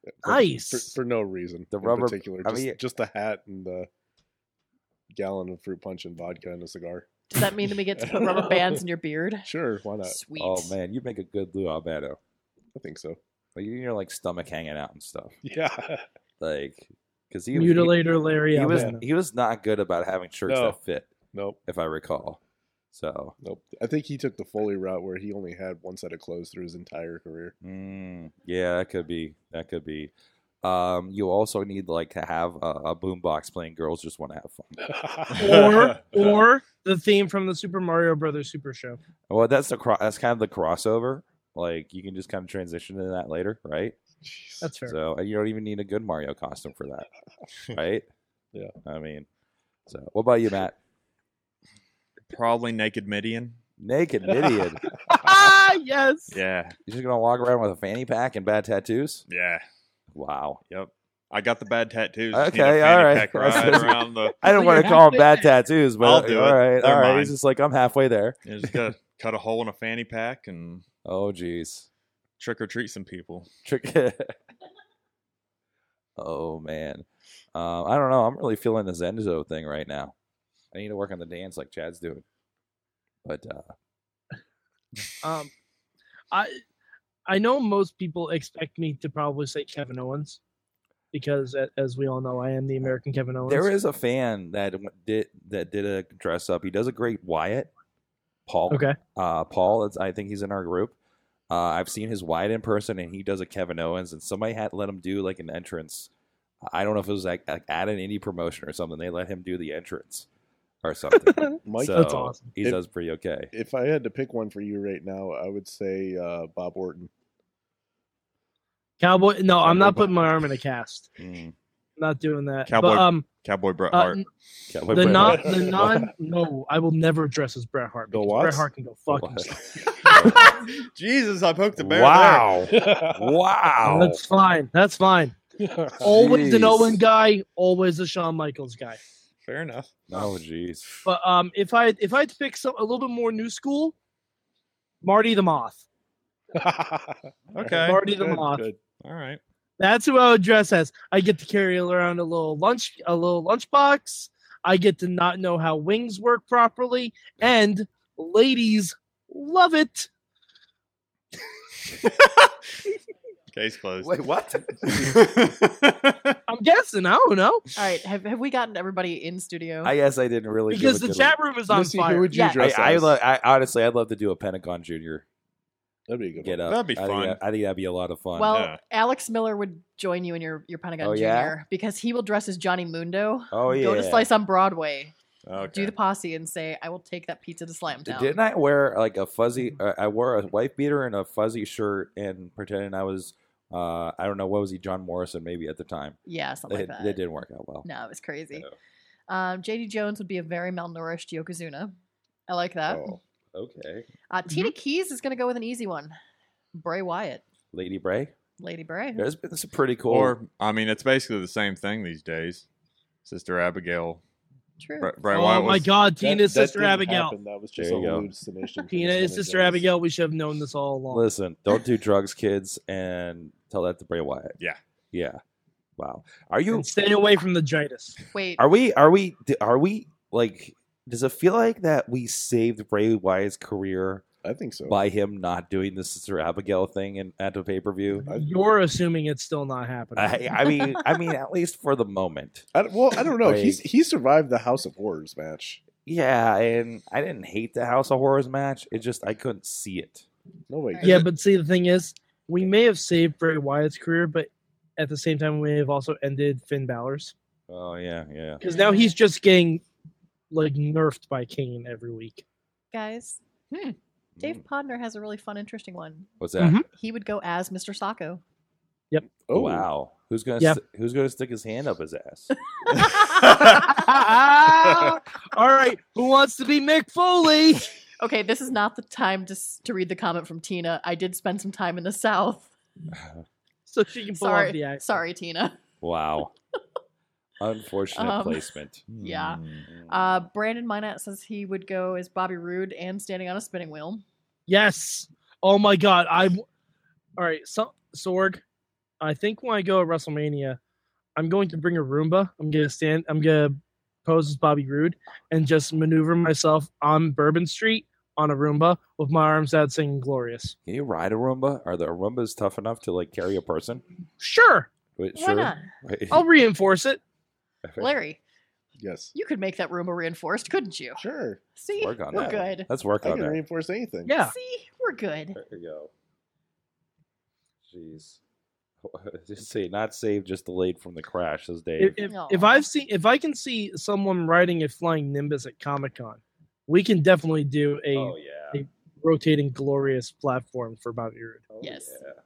[SPEAKER 5] for-
[SPEAKER 4] Nice.
[SPEAKER 5] for, for no reason.
[SPEAKER 2] The
[SPEAKER 5] in
[SPEAKER 2] rubber-
[SPEAKER 5] particular,
[SPEAKER 2] I
[SPEAKER 5] just,
[SPEAKER 2] mean-
[SPEAKER 5] just the hat and the gallon of fruit punch and vodka and a cigar.
[SPEAKER 7] Does that mean that we get to put rubber bands in your beard?
[SPEAKER 5] Sure, why not?
[SPEAKER 7] Sweet.
[SPEAKER 2] Oh man, you make a good Lou Albano.
[SPEAKER 5] I think so.
[SPEAKER 2] Like you- your like stomach hanging out and stuff.
[SPEAKER 5] Yeah,
[SPEAKER 2] Like because he he-
[SPEAKER 4] Mutilator Larry
[SPEAKER 2] he was
[SPEAKER 4] Albano.
[SPEAKER 2] he was not good about having shirts
[SPEAKER 5] No.
[SPEAKER 2] that fit,
[SPEAKER 5] nope,
[SPEAKER 2] if I recall. So
[SPEAKER 5] nope. I think he took the Foley route where he only had one set of clothes through his entire career.
[SPEAKER 2] mm, yeah, that could be that could be. Um, you also need like to have a, a boombox playing. Girls just want to have fun.
[SPEAKER 4] or or the theme from the Super Mario Brothers Super Show.
[SPEAKER 2] Well, that's the cro- that's kind of the crossover. Like you can just kind of transition to that later, right?
[SPEAKER 5] Jeez.
[SPEAKER 4] That's fair.
[SPEAKER 2] So you don't even need a good Mario costume for that, right?
[SPEAKER 5] Yeah.
[SPEAKER 2] I mean, so what about you, Matt?
[SPEAKER 6] Probably naked Midian.
[SPEAKER 2] Naked Midian.
[SPEAKER 4] ah, yes.
[SPEAKER 6] Yeah,
[SPEAKER 2] You're just gonna walk around with a fanny pack and bad tattoos?
[SPEAKER 6] yeah,
[SPEAKER 2] Wow.
[SPEAKER 6] yep. I got the bad tattoos.
[SPEAKER 2] Okay,
[SPEAKER 6] okay,
[SPEAKER 2] all
[SPEAKER 6] all
[SPEAKER 2] right.
[SPEAKER 6] Pack ride around the.
[SPEAKER 2] I don't
[SPEAKER 4] Well,
[SPEAKER 2] want
[SPEAKER 4] you
[SPEAKER 2] to
[SPEAKER 4] have
[SPEAKER 2] call them
[SPEAKER 4] to-
[SPEAKER 2] bad tattoos, but
[SPEAKER 6] I'll do it.
[SPEAKER 2] all right,
[SPEAKER 6] They're
[SPEAKER 2] all right.
[SPEAKER 6] mine.
[SPEAKER 2] He's just like I'm halfway there.
[SPEAKER 6] You just gotta cut a hole in a fanny pack and
[SPEAKER 2] Oh, jeez.
[SPEAKER 6] trick or treat some people.
[SPEAKER 2] Trick. oh man, um, I don't know. I'm really feeling the Zenzo thing right now. I need to work on the dance like Chad's doing. But uh,
[SPEAKER 4] Um, I I know most people expect me to probably say Kevin Owens because, a- as we all know, I am the American Kevin Owens.
[SPEAKER 2] there is a fan that w- did that did a dress up. He does a great Wyatt. Paul.
[SPEAKER 4] okay.
[SPEAKER 2] uh, Paul. It's, I think he's in our group. Uh, I've seen his wide in person, and he does a Kevin Owens, and somebody had let him do like an entrance. I don't know if it was like, like at an indie promotion or something. They let him do the entrance or something.
[SPEAKER 5] Mike,
[SPEAKER 2] so
[SPEAKER 4] That's awesome.
[SPEAKER 2] He
[SPEAKER 5] If-
[SPEAKER 2] does pretty okay.
[SPEAKER 5] if I had to pick one for you right now, I would say uh, Bob Orton.
[SPEAKER 4] Cowboy. No, I'm not
[SPEAKER 5] Cowboy.
[SPEAKER 4] putting my arm in a cast.
[SPEAKER 2] Mm.
[SPEAKER 4] I'm not doing that.
[SPEAKER 6] Cowboy
[SPEAKER 4] But, um,
[SPEAKER 6] Cowboy Bret
[SPEAKER 4] uh,
[SPEAKER 6] Hart.
[SPEAKER 4] n-
[SPEAKER 2] Cowboy
[SPEAKER 4] the
[SPEAKER 2] Bret
[SPEAKER 4] non,
[SPEAKER 2] Hart.
[SPEAKER 4] the non. No, I will never dress as Bret Hart.
[SPEAKER 5] Bill
[SPEAKER 4] because
[SPEAKER 5] Watts?
[SPEAKER 4] Bret Hart can go fuck himself.
[SPEAKER 6] Jesus, I poked the bear.
[SPEAKER 2] wow,
[SPEAKER 5] All
[SPEAKER 2] wow.
[SPEAKER 4] That's fine. That's fine. Always an
[SPEAKER 2] Jeez.
[SPEAKER 4] Owen guy. Always a Shawn Michaels guy.
[SPEAKER 6] There. Fair enough.
[SPEAKER 2] Oh, jeez.
[SPEAKER 4] But um, if I if I had to pick some a little bit more new school, Marty the Moth.
[SPEAKER 6] Okay.
[SPEAKER 4] Marty the
[SPEAKER 5] Good,
[SPEAKER 4] Moth.
[SPEAKER 5] good.
[SPEAKER 6] All right.
[SPEAKER 4] That's who I would dress as. I get to carry around a little lunch, a little lunchbox. I get to not know how wings work properly, and ladies love it.
[SPEAKER 6] Case closed.
[SPEAKER 2] what?
[SPEAKER 4] I'm guessing. I don't know
[SPEAKER 7] All right. Have, have we gotten everybody in studio?
[SPEAKER 2] I guess I didn't really give
[SPEAKER 4] because
[SPEAKER 2] a
[SPEAKER 4] the
[SPEAKER 2] good-
[SPEAKER 4] chat room is on
[SPEAKER 5] Missy,
[SPEAKER 4] fire.
[SPEAKER 5] who would you
[SPEAKER 7] Yeah.
[SPEAKER 2] I,
[SPEAKER 5] dress
[SPEAKER 2] I,
[SPEAKER 5] as?
[SPEAKER 2] lo- I honestly, I'd love to do a Pentagon Junior
[SPEAKER 5] That'd be a good
[SPEAKER 2] get
[SPEAKER 5] one.
[SPEAKER 2] up.
[SPEAKER 6] That'd be
[SPEAKER 2] I think
[SPEAKER 6] fun.
[SPEAKER 2] that- I think that'd be a lot of fun.
[SPEAKER 7] well,
[SPEAKER 6] yeah.
[SPEAKER 7] Alex Miller would join you in your, your Pentagon
[SPEAKER 2] Oh,
[SPEAKER 7] Jr.
[SPEAKER 2] yeah?
[SPEAKER 7] because he will dress as Johnny Mundo.
[SPEAKER 2] oh yeah.
[SPEAKER 7] Go to Slice on Broadway, do
[SPEAKER 6] Okay.
[SPEAKER 7] the posse, and say, I will take that pizza to Slam Town. Mm-hmm.
[SPEAKER 2] Didn't I wear like a fuzzy? Uh, I wore a white beater and a fuzzy shirt and pretending I was. Uh, I don't know what was he, John Morrison maybe at the time.
[SPEAKER 7] Yeah, something
[SPEAKER 2] They,
[SPEAKER 7] like that.
[SPEAKER 2] they didn't work out well.
[SPEAKER 7] No, it was crazy.
[SPEAKER 2] No.
[SPEAKER 7] Um, JD Jones would be a very malnourished Yokozuna. I like that.
[SPEAKER 2] Oh, okay.
[SPEAKER 7] Uh, Tina Keys is going to go with an easy one Bray Wyatt,
[SPEAKER 2] Lady Bray.
[SPEAKER 7] Lady Bray.
[SPEAKER 2] There's been some pretty cool.
[SPEAKER 6] Or I mean, it's basically the same thing these days. Sister Abigail.
[SPEAKER 7] True.
[SPEAKER 6] Br- Bray
[SPEAKER 4] Oh
[SPEAKER 6] Wyatt
[SPEAKER 4] my
[SPEAKER 6] was-
[SPEAKER 4] God,
[SPEAKER 5] That-
[SPEAKER 4] Tina's
[SPEAKER 5] that
[SPEAKER 4] sister
[SPEAKER 5] didn't
[SPEAKER 4] Abigail.
[SPEAKER 5] happen. That was just a
[SPEAKER 2] There you go.
[SPEAKER 5] hallucination.
[SPEAKER 4] Tina is sister Abigail. We should have known this all along.
[SPEAKER 2] listen, don't do drugs, kids, and Tell that to Bray Wyatt.
[SPEAKER 6] Yeah.
[SPEAKER 2] Yeah. Wow. Are you?
[SPEAKER 4] And stay away from the Jitus.
[SPEAKER 7] Wait,
[SPEAKER 2] Are we? Are we? d- Are we? Like, does it feel like that we saved Bray Wyatt's career
[SPEAKER 5] I think so.
[SPEAKER 2] by him not doing the Sister Abigail thing in, at the pay per view?
[SPEAKER 5] I-
[SPEAKER 4] You're assuming it's still not happening.
[SPEAKER 2] I, I mean, I mean, at least for the moment.
[SPEAKER 5] I, well, I don't know. He's
[SPEAKER 2] Like-
[SPEAKER 5] he survived the House of Horrors match.
[SPEAKER 2] Yeah, and I didn't hate the House of Horrors match. It just I couldn't see it.
[SPEAKER 5] No way.
[SPEAKER 4] yeah, but see, the thing is, we may have saved Bray Wyatt's career, but at the same time, we may have also ended Finn Balor's
[SPEAKER 2] Oh yeah, yeah.
[SPEAKER 4] because now
[SPEAKER 7] Mm-hmm.
[SPEAKER 4] he's just getting like nerfed by Kane every week.
[SPEAKER 7] guys. Hmm. Dave
[SPEAKER 2] Mm.
[SPEAKER 7] Podner has a really fun, interesting one.
[SPEAKER 2] What's that?
[SPEAKER 4] Mhm.
[SPEAKER 7] He would go as Mr. Sacco.
[SPEAKER 2] Oh wow, who's gonna
[SPEAKER 4] Yeah.
[SPEAKER 2] st- who's gonna stick his hand up his ass?
[SPEAKER 4] All right, who wants to be Mick Foley?
[SPEAKER 7] okay, this is not the time to s- to read the comment from Tina. I did spend some time in the South.
[SPEAKER 4] So she can pull off the
[SPEAKER 7] Sorry,
[SPEAKER 4] accent.
[SPEAKER 7] sorry, Tina.
[SPEAKER 2] wow, unfortunate
[SPEAKER 7] Um,
[SPEAKER 2] placement. Hmm.
[SPEAKER 7] yeah. Uh, Brandon Minot says he would go as Bobby Roode and standing on a spinning wheel.
[SPEAKER 4] Yes. Oh my God. I'm. All right. So, Sword. I think when I go at WrestleMania, I'm going to bring a Roomba. I'm gonna stand. I'm gonna pose as Bobby Roode and just maneuver myself on Bourbon Street on a Roomba with my arms out, singing "Glorious."
[SPEAKER 2] Can you ride a Roomba? Are the Roombas tough enough to like carry a person?
[SPEAKER 4] Sure.
[SPEAKER 2] Wait,
[SPEAKER 7] Why not, Oh,
[SPEAKER 2] Wait.
[SPEAKER 4] I'll reinforce it.
[SPEAKER 7] Larry?
[SPEAKER 5] Yes.
[SPEAKER 7] You could make that Roomba reinforced, couldn't you?
[SPEAKER 5] Sure.
[SPEAKER 7] See,
[SPEAKER 2] Work on
[SPEAKER 7] we're
[SPEAKER 2] that.
[SPEAKER 7] good.
[SPEAKER 2] Let's work
[SPEAKER 5] I
[SPEAKER 2] on
[SPEAKER 5] can
[SPEAKER 2] that.
[SPEAKER 5] reinforce anything.
[SPEAKER 4] Yeah.
[SPEAKER 7] See, we're good.
[SPEAKER 2] There you go. Jeez. Just say not saved, just delayed from the crash. Says
[SPEAKER 4] If,
[SPEAKER 2] Dave.
[SPEAKER 4] if,
[SPEAKER 7] Aw.
[SPEAKER 4] if I've seen, if I can see someone riding a flying Nimbus at Comic Con, we can definitely do a
[SPEAKER 2] oh yeah.
[SPEAKER 4] a- rotating glorious platform for Bobby Roode.
[SPEAKER 2] Oh,
[SPEAKER 7] Yes.
[SPEAKER 2] yeah.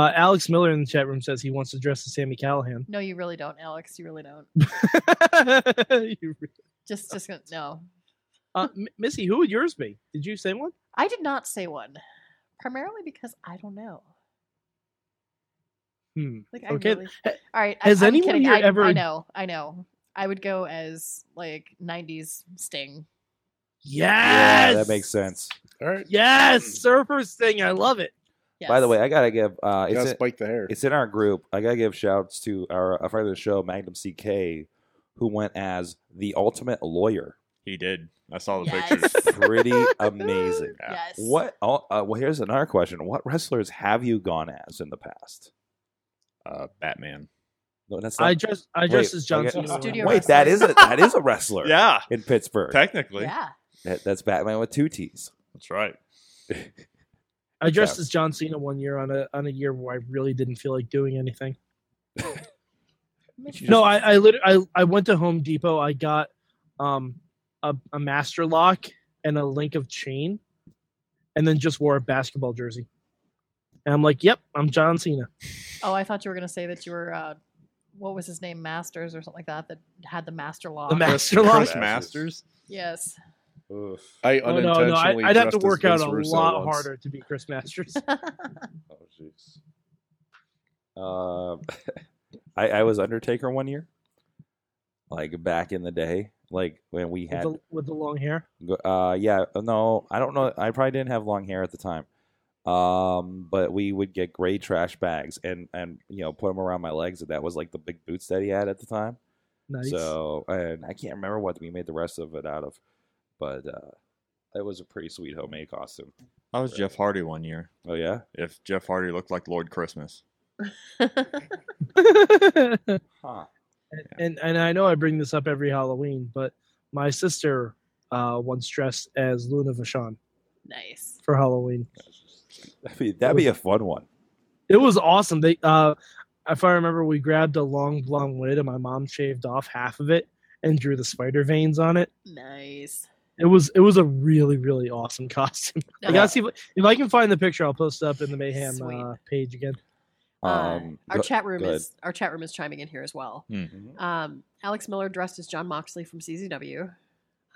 [SPEAKER 4] Uh, Alex Miller in the chat room says he wants to dress as Sammy Callahan.
[SPEAKER 7] No, you really don't, Alex. You really don't.
[SPEAKER 4] You re-
[SPEAKER 7] Just, just gonna- no.
[SPEAKER 4] uh, M- Missy, who would yours be? Did you say one?
[SPEAKER 7] I did not say one, primarily because I don't know.
[SPEAKER 4] Hmm.
[SPEAKER 7] Like,
[SPEAKER 4] Okay.
[SPEAKER 7] I really, all right.
[SPEAKER 4] Has
[SPEAKER 7] I, I'm
[SPEAKER 4] anyone
[SPEAKER 7] kidding.
[SPEAKER 4] here
[SPEAKER 7] I,
[SPEAKER 4] ever-
[SPEAKER 7] I know. I know. I would go as like '90s Sting.
[SPEAKER 4] Yes.
[SPEAKER 2] Yeah, that makes Hmm. sense.
[SPEAKER 5] All right.
[SPEAKER 4] Yes, surfers thing. I love it.
[SPEAKER 7] Yes.
[SPEAKER 2] By the way, I gotta give. Uh,
[SPEAKER 5] You
[SPEAKER 2] it's
[SPEAKER 5] gotta
[SPEAKER 2] in,
[SPEAKER 5] spike the hair.
[SPEAKER 2] it's in our group. I gotta give shouts to our a friend of the show, Magnum CK, who went as the ultimate lawyer.
[SPEAKER 6] He did. I saw the
[SPEAKER 7] Yes.
[SPEAKER 6] pictures.
[SPEAKER 2] Pretty amazing.
[SPEAKER 7] Yes.
[SPEAKER 2] What? al- Uh, well, here's another question. What wrestlers have you gone as in the past?
[SPEAKER 6] Uh, Batman.
[SPEAKER 2] No, that's
[SPEAKER 4] I
[SPEAKER 2] not-
[SPEAKER 4] dress. I
[SPEAKER 2] Wait,
[SPEAKER 4] dress as
[SPEAKER 2] okay.
[SPEAKER 4] John Cena.
[SPEAKER 7] Studio
[SPEAKER 2] Wait, that is a that is a wrestler.
[SPEAKER 6] Yeah,
[SPEAKER 2] in Pittsburgh.
[SPEAKER 6] technically,
[SPEAKER 7] Yeah.
[SPEAKER 2] That- that's Batman with two T's.
[SPEAKER 6] that's right.
[SPEAKER 4] I dressed
[SPEAKER 2] Yeah.
[SPEAKER 4] as John Cena one year on a on a year where I really didn't feel like doing anything.
[SPEAKER 7] Makes
[SPEAKER 4] No, I I, lit- I I went to Home Depot. I got um a, a master lock and a link of chain, and then just wore a basketball jersey. And I'm like, "Yep, I'm John Cena."
[SPEAKER 7] Oh, I thought you were gonna say that you were. Uh, what was his name? Masters or something like that. That had the master law.
[SPEAKER 4] The
[SPEAKER 5] Chris-
[SPEAKER 4] master lock.
[SPEAKER 5] Chris Masters.
[SPEAKER 7] Yes.
[SPEAKER 2] Oof.
[SPEAKER 5] I
[SPEAKER 4] Oh, no, no, I,
[SPEAKER 5] unintentionally.
[SPEAKER 4] I'd have to
[SPEAKER 5] dressed as
[SPEAKER 4] work out
[SPEAKER 5] Vince
[SPEAKER 4] a
[SPEAKER 5] Russo
[SPEAKER 4] lot
[SPEAKER 5] once.
[SPEAKER 4] harder to be Chris Masters.
[SPEAKER 2] Oh jeez. Um, I, I was Undertaker one year, like back in the day, like when we
[SPEAKER 4] with,
[SPEAKER 2] had,
[SPEAKER 4] the, with the long hair.
[SPEAKER 2] uh, yeah, no, I don't know, I probably didn't have long hair at the time, um, but we would get gray trash bags and and you know put them around my legs, and that was like the big boots that he had at the time.
[SPEAKER 4] Nice.
[SPEAKER 2] So, and I can't remember what we made the rest of it out of, but uh, it was a pretty sweet homemade costume.
[SPEAKER 6] I was Jeff Hardy one year.
[SPEAKER 2] Oh yeah,
[SPEAKER 6] If Jeff Hardy looked like Lord Christmas,
[SPEAKER 4] and,
[SPEAKER 2] huh?
[SPEAKER 4] and and I know I bring this up every Halloween, but my sister uh, once dressed as Luna Vachon
[SPEAKER 7] nice.
[SPEAKER 4] for Halloween.
[SPEAKER 2] That'd be, that'd be a fun one.
[SPEAKER 4] It was awesome. They, uh, if I remember, we grabbed a long blonde wig, and my mom shaved off half of it and drew the spider veins on it.
[SPEAKER 7] Nice.
[SPEAKER 4] It was it was a really really awesome costume. I
[SPEAKER 7] Nice.
[SPEAKER 4] gotta see if, if I can find the picture. I'll post it up in the mayhem
[SPEAKER 7] Sweet.
[SPEAKER 4] uh, page again.
[SPEAKER 7] Uh,
[SPEAKER 2] Um,
[SPEAKER 7] our
[SPEAKER 2] go-
[SPEAKER 7] chat room
[SPEAKER 2] go ahead.
[SPEAKER 7] is our chat room is chiming in here as well.
[SPEAKER 2] Mhm.
[SPEAKER 7] Um, Alex Miller dressed as John Moxley from CZW.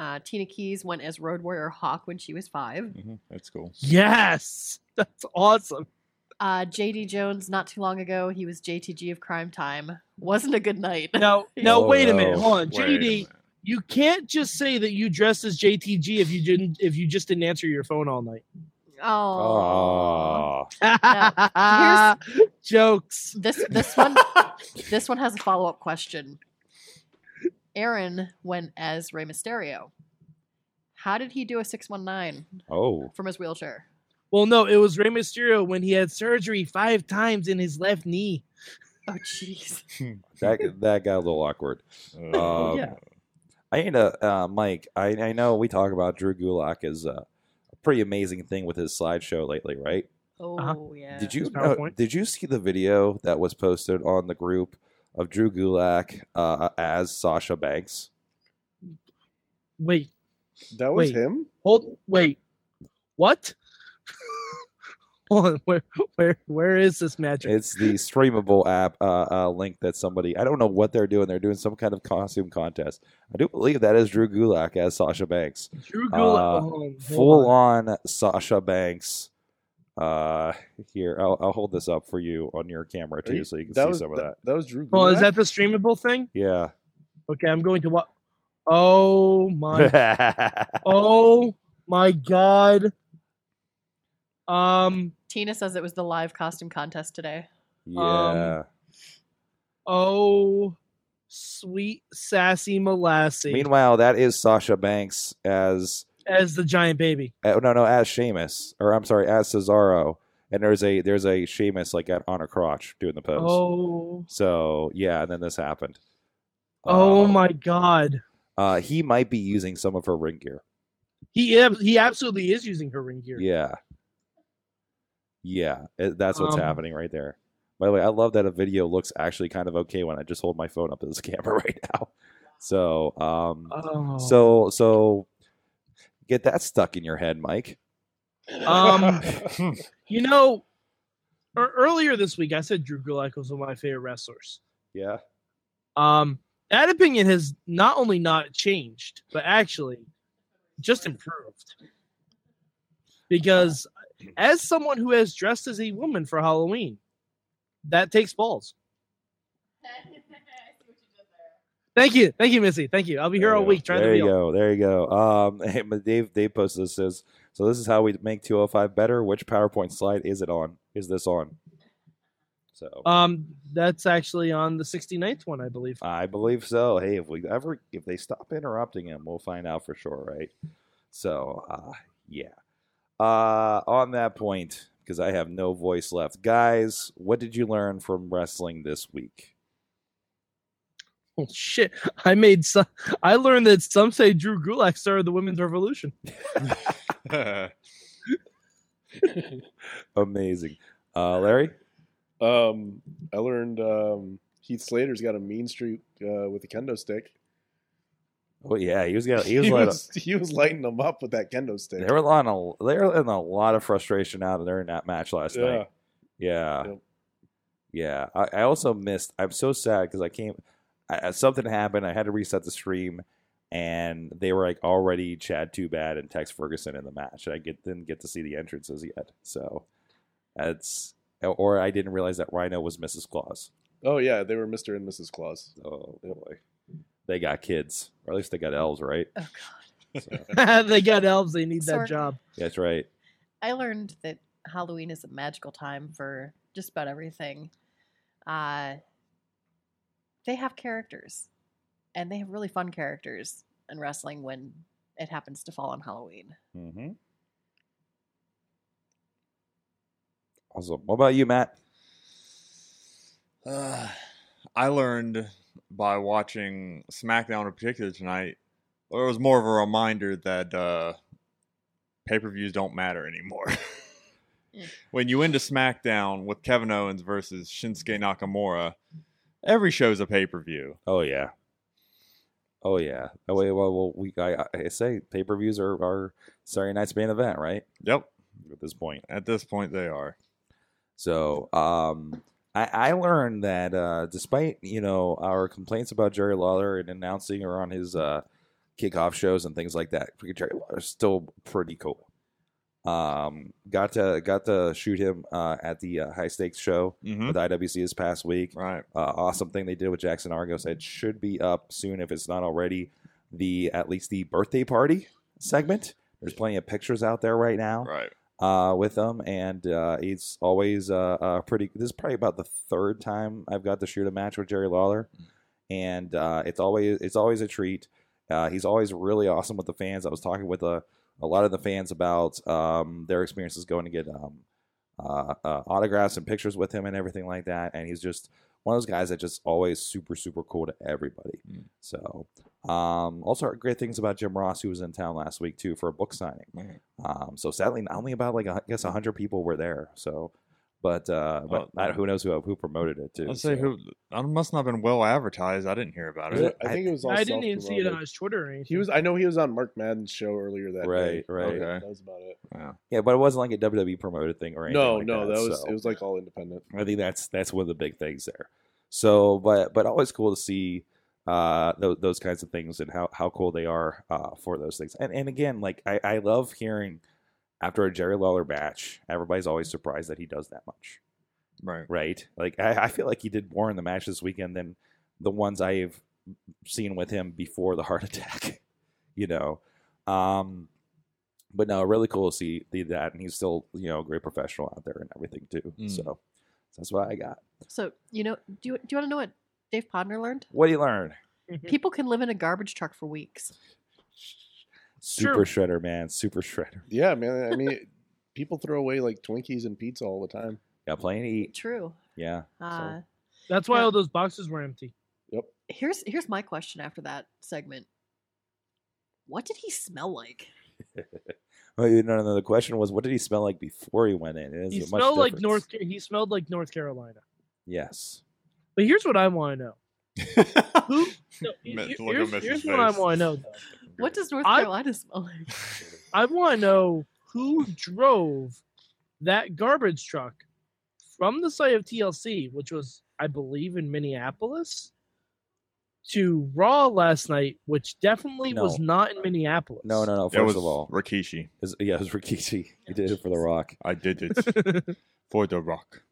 [SPEAKER 7] Uh, Tina Keys went as Road Warrior Hawk when she was five.
[SPEAKER 6] hmm that's cool.
[SPEAKER 4] Yes, that's awesome.
[SPEAKER 7] Uh, JD Jones, not too long ago, he was JTG of Crime Time. Wasn't a good night.
[SPEAKER 4] Now, now,
[SPEAKER 2] Oh,
[SPEAKER 4] wait a
[SPEAKER 2] no.
[SPEAKER 4] minute. Hold on,
[SPEAKER 6] Wait a
[SPEAKER 4] JD.
[SPEAKER 6] minute.
[SPEAKER 4] You can't just say that you dressed as JTG if you didn't if you just didn't answer your phone all night.
[SPEAKER 7] Oh.
[SPEAKER 2] Aw.
[SPEAKER 7] Now,
[SPEAKER 4] jokes.
[SPEAKER 7] This this one this one has a follow up question. Aaron went as Rey Mysterio. How did he do a six one nine
[SPEAKER 2] Oh,
[SPEAKER 7] from his wheelchair?
[SPEAKER 4] Well, no, it was Rey Mysterio when he had surgery five times in his left knee.
[SPEAKER 7] Oh jeez.
[SPEAKER 2] that that got a little awkward.
[SPEAKER 6] Uh,
[SPEAKER 2] Um, I need a uh, Mike. I, I know we talk about Drew Gulak is uh, a pretty amazing thing with his slideshow lately, right?
[SPEAKER 7] Oh
[SPEAKER 4] Uh-huh.
[SPEAKER 7] yeah.
[SPEAKER 2] Did you
[SPEAKER 4] His
[SPEAKER 2] know-
[SPEAKER 4] PowerPoint.
[SPEAKER 2] did you see the video that was posted on the group of Drew Gulak uh, as Sasha Banks?
[SPEAKER 4] Wait,
[SPEAKER 5] That was
[SPEAKER 4] Wait.
[SPEAKER 5] him.
[SPEAKER 4] hold, wait, what? hold on, where, where, where is this magic?
[SPEAKER 2] It's the streamable app uh, uh, link that somebody I don't know what they're doing. They're doing some kind of costume contest. I do believe that is Drew Gulak as Sasha Banks,
[SPEAKER 4] Drew
[SPEAKER 2] uh,
[SPEAKER 4] Gulak. hold on, hold
[SPEAKER 2] full
[SPEAKER 4] on.
[SPEAKER 2] on Sasha Banks. Uh, here I'll, I'll hold this up for you on your camera
[SPEAKER 5] Are
[SPEAKER 2] too,
[SPEAKER 5] you-
[SPEAKER 2] so you can
[SPEAKER 5] that
[SPEAKER 2] see
[SPEAKER 5] was
[SPEAKER 2] some of
[SPEAKER 5] that,
[SPEAKER 2] that.
[SPEAKER 5] was Drew.
[SPEAKER 4] Hold on,
[SPEAKER 5] Gulak?
[SPEAKER 4] is that the streamable thing?
[SPEAKER 2] Yeah.
[SPEAKER 4] Okay, I'm going to what? Oh my! oh my God! Um.
[SPEAKER 7] Tina says it was the live costume contest today.
[SPEAKER 2] yeah.
[SPEAKER 4] Oh, sweet sassy molasses
[SPEAKER 2] Meanwhile, that is Sasha Banks as
[SPEAKER 4] as the giant baby.
[SPEAKER 2] uh, no no as Sheamus or I'm sorry as Cesaro, and there's a there's a Sheamus like at, on a crotch doing the pose.
[SPEAKER 4] Oh.
[SPEAKER 2] So yeah, and then this happened.
[SPEAKER 4] Oh
[SPEAKER 2] Uh,
[SPEAKER 4] my God.
[SPEAKER 2] Uh, he might be using some of her ring gear.
[SPEAKER 4] He ab- he absolutely is using her ring gear.
[SPEAKER 2] Yeah, yeah, it- that's what's
[SPEAKER 4] Um,
[SPEAKER 2] happening right there. By the way, I love that a video looks actually kind of okay when I just hold my phone up to this camera right now. So, um,
[SPEAKER 4] Oh.
[SPEAKER 2] so, so, get that stuck in your head, Mike.
[SPEAKER 4] um, you know, ear- earlier this week I said Drew Gulak was one of my favorite wrestlers.
[SPEAKER 2] Yeah,
[SPEAKER 4] Um, that opinion has not only not changed, but actually just improved. Because as someone who has dressed as a woman for Halloween, that takes balls.
[SPEAKER 7] Oh,
[SPEAKER 4] Thank you, thank you, Missy. Thank you. I'll be here
[SPEAKER 2] There you
[SPEAKER 4] all
[SPEAKER 2] go.
[SPEAKER 4] week trying
[SPEAKER 2] there
[SPEAKER 4] to be
[SPEAKER 2] you go. There you go. Um, but Dave Dave posted this says so. This is how we make 205 better. Which PowerPoint slide is it on? Is this on? So
[SPEAKER 4] Um, that's actually on the 69th one, I believe.
[SPEAKER 2] I believe so. Hey, if we ever if they stop interrupting him, we'll find out for sure, right? So uh, yeah. Uh, on that point, because I have no voice left, guys. What did you learn from wrestling this week?
[SPEAKER 4] Oh shit! I made some. I learned that some say Drew Gulak started the women's revolution.
[SPEAKER 6] Uh,
[SPEAKER 2] Amazing, uh, Larry.
[SPEAKER 5] Um, I learned um, Heath Slater's got a mean streak uh, with a kendo stick.
[SPEAKER 2] Oh yeah, he was got he was, like
[SPEAKER 5] he was lighting them up with that kendo stick.
[SPEAKER 2] They were on a they were in a lot of frustration out of there in that match last
[SPEAKER 5] yeah,
[SPEAKER 2] night. Yeah,
[SPEAKER 5] Yep.
[SPEAKER 2] yeah. I, I also missed. I'm so sad because I came. I, I- something happened. I had to reset the stream, and they were like already Chad Too Bad and Tex Ferguson in the match. And I get didn't get to see the entrances yet. So that's or I didn't realize that Rhino was Mrs. Claus.
[SPEAKER 5] Oh yeah, they were Mr. and Mrs. Claus.
[SPEAKER 2] Oh boy, they got kids, or at least they got elves, right?
[SPEAKER 7] Oh god.
[SPEAKER 2] So,
[SPEAKER 4] they got elves. They need
[SPEAKER 7] Sorry.
[SPEAKER 4] that job.
[SPEAKER 2] that's right.
[SPEAKER 7] I learned that Halloween is a magical time for just about everything. Uh, they have characters, and they have really fun characters in wrestling when it happens to fall on Halloween.
[SPEAKER 2] Mm-hmm. Awesome. What about you, Matt?
[SPEAKER 6] Uh, I learned by watching SmackDown in particular tonight, or it was more of a reminder that uh, pay per views don't matter anymore.
[SPEAKER 7] Yeah.
[SPEAKER 6] when you end a SmackDown with Kevin Owens versus Shinsuke Nakamura, every show's a pay per view.
[SPEAKER 2] Oh yeah. Oh yeah. Oh wait. Well, well we I, I say pay per views are are Saturday night's main event, right?
[SPEAKER 6] Yep.
[SPEAKER 2] At this point.
[SPEAKER 6] At this point, they are.
[SPEAKER 2] So um, I, I learned that uh, despite you know our complaints about Jerry Lawler and announcing her on his uh, kickoff shows and things like that, freaking Jerry Lawler's still pretty cool. Um, got to got to shoot him uh, at the uh, high stakes show
[SPEAKER 6] Mm-hmm.
[SPEAKER 2] with IWC this past week
[SPEAKER 6] Right.
[SPEAKER 2] uh, awesome thing they did with Jackson Argos. It should be up soon if it's not already. The at least the birthday party segment. There's plenty of pictures out there right now.
[SPEAKER 6] Right.
[SPEAKER 2] uh, with them, and uh, he's always uh, uh, pretty. This is probably about the third time I've got to shoot a match with Jerry Lawler, and uh, it's always it's always a treat. Uh, he's always really awesome with the fans. I was talking with a, a lot of the fans about um, their experiences going to get um, uh, uh, autographs and pictures with him and everything like that, and he's just one of those guys that just always super super cool to everybody.
[SPEAKER 6] Mm.
[SPEAKER 2] So um, also heard great things about Jim Ross, who was in town last week too for a book signing.
[SPEAKER 6] Man.
[SPEAKER 2] Um, so sadly, only about like I guess hundred people were there. So, but uh, but
[SPEAKER 6] Oh.
[SPEAKER 2] I- who knows who who promoted it too?
[SPEAKER 6] Let's say
[SPEAKER 2] so.
[SPEAKER 6] who I must not have been well advertised. I didn't hear about
[SPEAKER 5] I,
[SPEAKER 6] it.
[SPEAKER 5] think it was. All
[SPEAKER 4] I didn't even see it on
[SPEAKER 5] self-promoted.
[SPEAKER 4] his Twitter or anything.
[SPEAKER 5] He was. I know he was on Mark Madden's show earlier that
[SPEAKER 2] Right,
[SPEAKER 5] day.
[SPEAKER 2] right.
[SPEAKER 6] Okay.
[SPEAKER 5] That was about it.
[SPEAKER 2] Yeah, but it wasn't like a WWE promoted thing or anything.
[SPEAKER 5] No,
[SPEAKER 2] like
[SPEAKER 5] no, that, was.
[SPEAKER 2] so.
[SPEAKER 5] It was like all independent.
[SPEAKER 2] I think that's that's one of the big things there. So, but but always cool to see uh those, those kinds of things and how how cool they are uh for those things. And and again, like I I love hearing after a Jerry Lawler match, everybody's always surprised that he does that much,
[SPEAKER 6] Right.
[SPEAKER 2] right? Like I, I feel like he did more in the match this weekend than the ones I've seen with him before the heart attack, you know. Um but no, really cool to see, see that, and he's still, you know, a great professional out there and everything too.
[SPEAKER 6] Mm.
[SPEAKER 2] So that's what I got.
[SPEAKER 7] So you know, do you, do you want to know what Dave Podner learned?
[SPEAKER 2] What do you learn?
[SPEAKER 7] People can live in a garbage truck for weeks.
[SPEAKER 2] Super shredder, man. Super shredder.
[SPEAKER 5] Yeah, man. I mean, people throw away like Twinkies and pizza all the time.
[SPEAKER 2] Got plenty to eat.
[SPEAKER 7] True.
[SPEAKER 2] Yeah.
[SPEAKER 7] Uh,
[SPEAKER 4] That's why
[SPEAKER 7] Yeah.
[SPEAKER 4] all those boxes were empty.
[SPEAKER 7] here's here's my question after that segment. What did he smell like?
[SPEAKER 2] Oh, you know, no, the question was, what did he smell like before he went in? It is
[SPEAKER 4] He
[SPEAKER 2] much
[SPEAKER 4] smelled like
[SPEAKER 2] difference.
[SPEAKER 4] North. Ca- He smelled like North Carolina.
[SPEAKER 2] Yes.
[SPEAKER 4] But here's what I want to know. Who? No,
[SPEAKER 6] Me-
[SPEAKER 4] here-
[SPEAKER 6] look at
[SPEAKER 4] here's
[SPEAKER 6] Miss's
[SPEAKER 4] here's what I
[SPEAKER 6] face.
[SPEAKER 4] want to know. Though.
[SPEAKER 7] What does North
[SPEAKER 4] I-
[SPEAKER 7] Carolina smell like?
[SPEAKER 4] I want to know who drove that garbage truck from the site of TLC, which was, I believe, in Minneapolis, to Raw last night, which definitely was
[SPEAKER 2] No.
[SPEAKER 4] not in Minneapolis.
[SPEAKER 2] No, no, no.
[SPEAKER 6] That
[SPEAKER 2] First
[SPEAKER 6] was
[SPEAKER 2] of all,
[SPEAKER 6] Rikishi.
[SPEAKER 2] is- yeah, it was Rikishi. He did it for The Rock.
[SPEAKER 6] I did it for the Rock.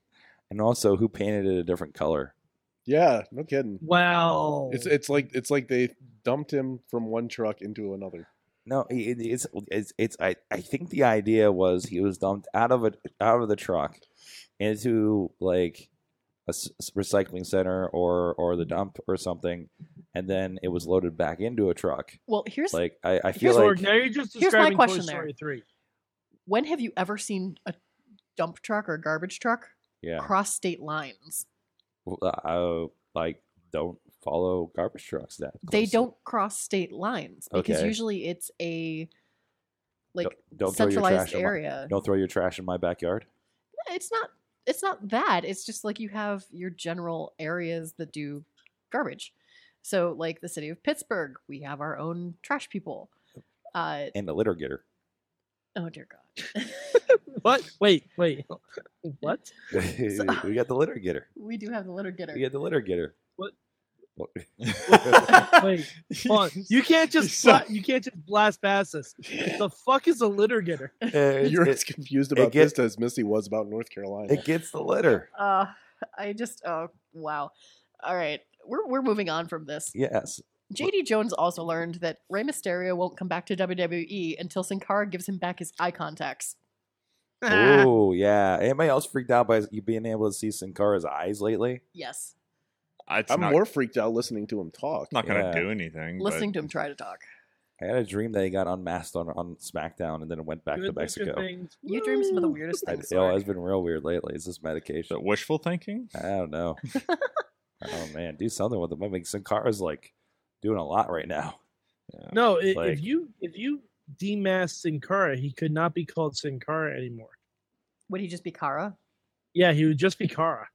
[SPEAKER 2] And also, who painted it a different color?
[SPEAKER 5] Yeah, no kidding.
[SPEAKER 4] Wow.
[SPEAKER 5] It's it's like it's like they dumped him from one truck into another.
[SPEAKER 2] No, it, it's it's it's. I I think the idea was he was dumped out of a out of the truck into like a s- s- recycling center or or the dump or something, and then it was loaded back into a truck.
[SPEAKER 7] Well, here's
[SPEAKER 2] Like I, I feel
[SPEAKER 7] Here's
[SPEAKER 4] Or
[SPEAKER 2] like
[SPEAKER 4] now you're just
[SPEAKER 7] here's my
[SPEAKER 4] describing Toy
[SPEAKER 7] question there.
[SPEAKER 4] Story 3.
[SPEAKER 7] when have you ever seen a dump truck or a garbage truck
[SPEAKER 2] yeah.
[SPEAKER 7] cross state lines?
[SPEAKER 2] Well, uh, I like don't follow garbage trucks that
[SPEAKER 7] They
[SPEAKER 2] closely.
[SPEAKER 7] don't cross state lines because
[SPEAKER 2] Okay.
[SPEAKER 7] usually it's a like
[SPEAKER 2] Don't- don't throw your
[SPEAKER 7] centralized
[SPEAKER 2] trash in my-
[SPEAKER 7] area.
[SPEAKER 2] don't throw your trash in my backyard.
[SPEAKER 7] It's not it's not that. It's just like you have your general areas that do garbage. So like the city of Pittsburgh, we have our own trash people. Uh,
[SPEAKER 2] And the litter getter.
[SPEAKER 7] oh dear God.
[SPEAKER 4] What? Wait, wait. What?
[SPEAKER 2] we got the litter getter.
[SPEAKER 7] we do have the litter getter.
[SPEAKER 2] We got the litter getter.
[SPEAKER 4] What?
[SPEAKER 2] What-
[SPEAKER 4] Wait, hold on. You can't just
[SPEAKER 5] So-
[SPEAKER 4] bla- you can't just blast past this. The fuck is a litter getter?
[SPEAKER 2] Eh,
[SPEAKER 5] You're as
[SPEAKER 2] it,
[SPEAKER 5] confused
[SPEAKER 2] it
[SPEAKER 5] about
[SPEAKER 2] get-
[SPEAKER 5] this as Misty was about North Carolina.
[SPEAKER 2] it gets the litter.
[SPEAKER 7] Uh, I just oh wow. All right, we're we're moving on from this.
[SPEAKER 2] Yes.
[SPEAKER 7] JD Jones also learned that Rey Mysterio won't come back to WWE until Sin Cara gives him back his eye contacts.
[SPEAKER 4] Ah.
[SPEAKER 2] Oh yeah. Anybody else freaked out by you being able to see Sin Cara's eyes lately?
[SPEAKER 7] Yes,
[SPEAKER 6] It's
[SPEAKER 5] I'm
[SPEAKER 6] not,
[SPEAKER 5] more freaked out listening to him talk.
[SPEAKER 6] it's not going to
[SPEAKER 2] Yeah.
[SPEAKER 6] do anything.
[SPEAKER 7] listening to him try to talk.
[SPEAKER 2] I had a dream that he got unmasked on on SmackDown and then went back to
[SPEAKER 4] Good
[SPEAKER 2] Mexico.
[SPEAKER 4] things.
[SPEAKER 7] You dream some of the
[SPEAKER 4] Woo!
[SPEAKER 7] weirdest
[SPEAKER 2] I,
[SPEAKER 7] things.
[SPEAKER 2] yo,
[SPEAKER 7] Sorg.
[SPEAKER 2] it's been real weird lately. Is this
[SPEAKER 6] But,
[SPEAKER 2] medication?
[SPEAKER 6] but wishful thinking?
[SPEAKER 2] I don't know. oh man, do something with him. I mean, Sin Cara's like doing a lot right now.
[SPEAKER 4] No, i
[SPEAKER 2] Uh, Like-
[SPEAKER 4] if you if you demasked Sin Cara, he could not be called Sin Cara anymore.
[SPEAKER 7] Would he just be Cara?
[SPEAKER 4] Yeah, he would just be Cara.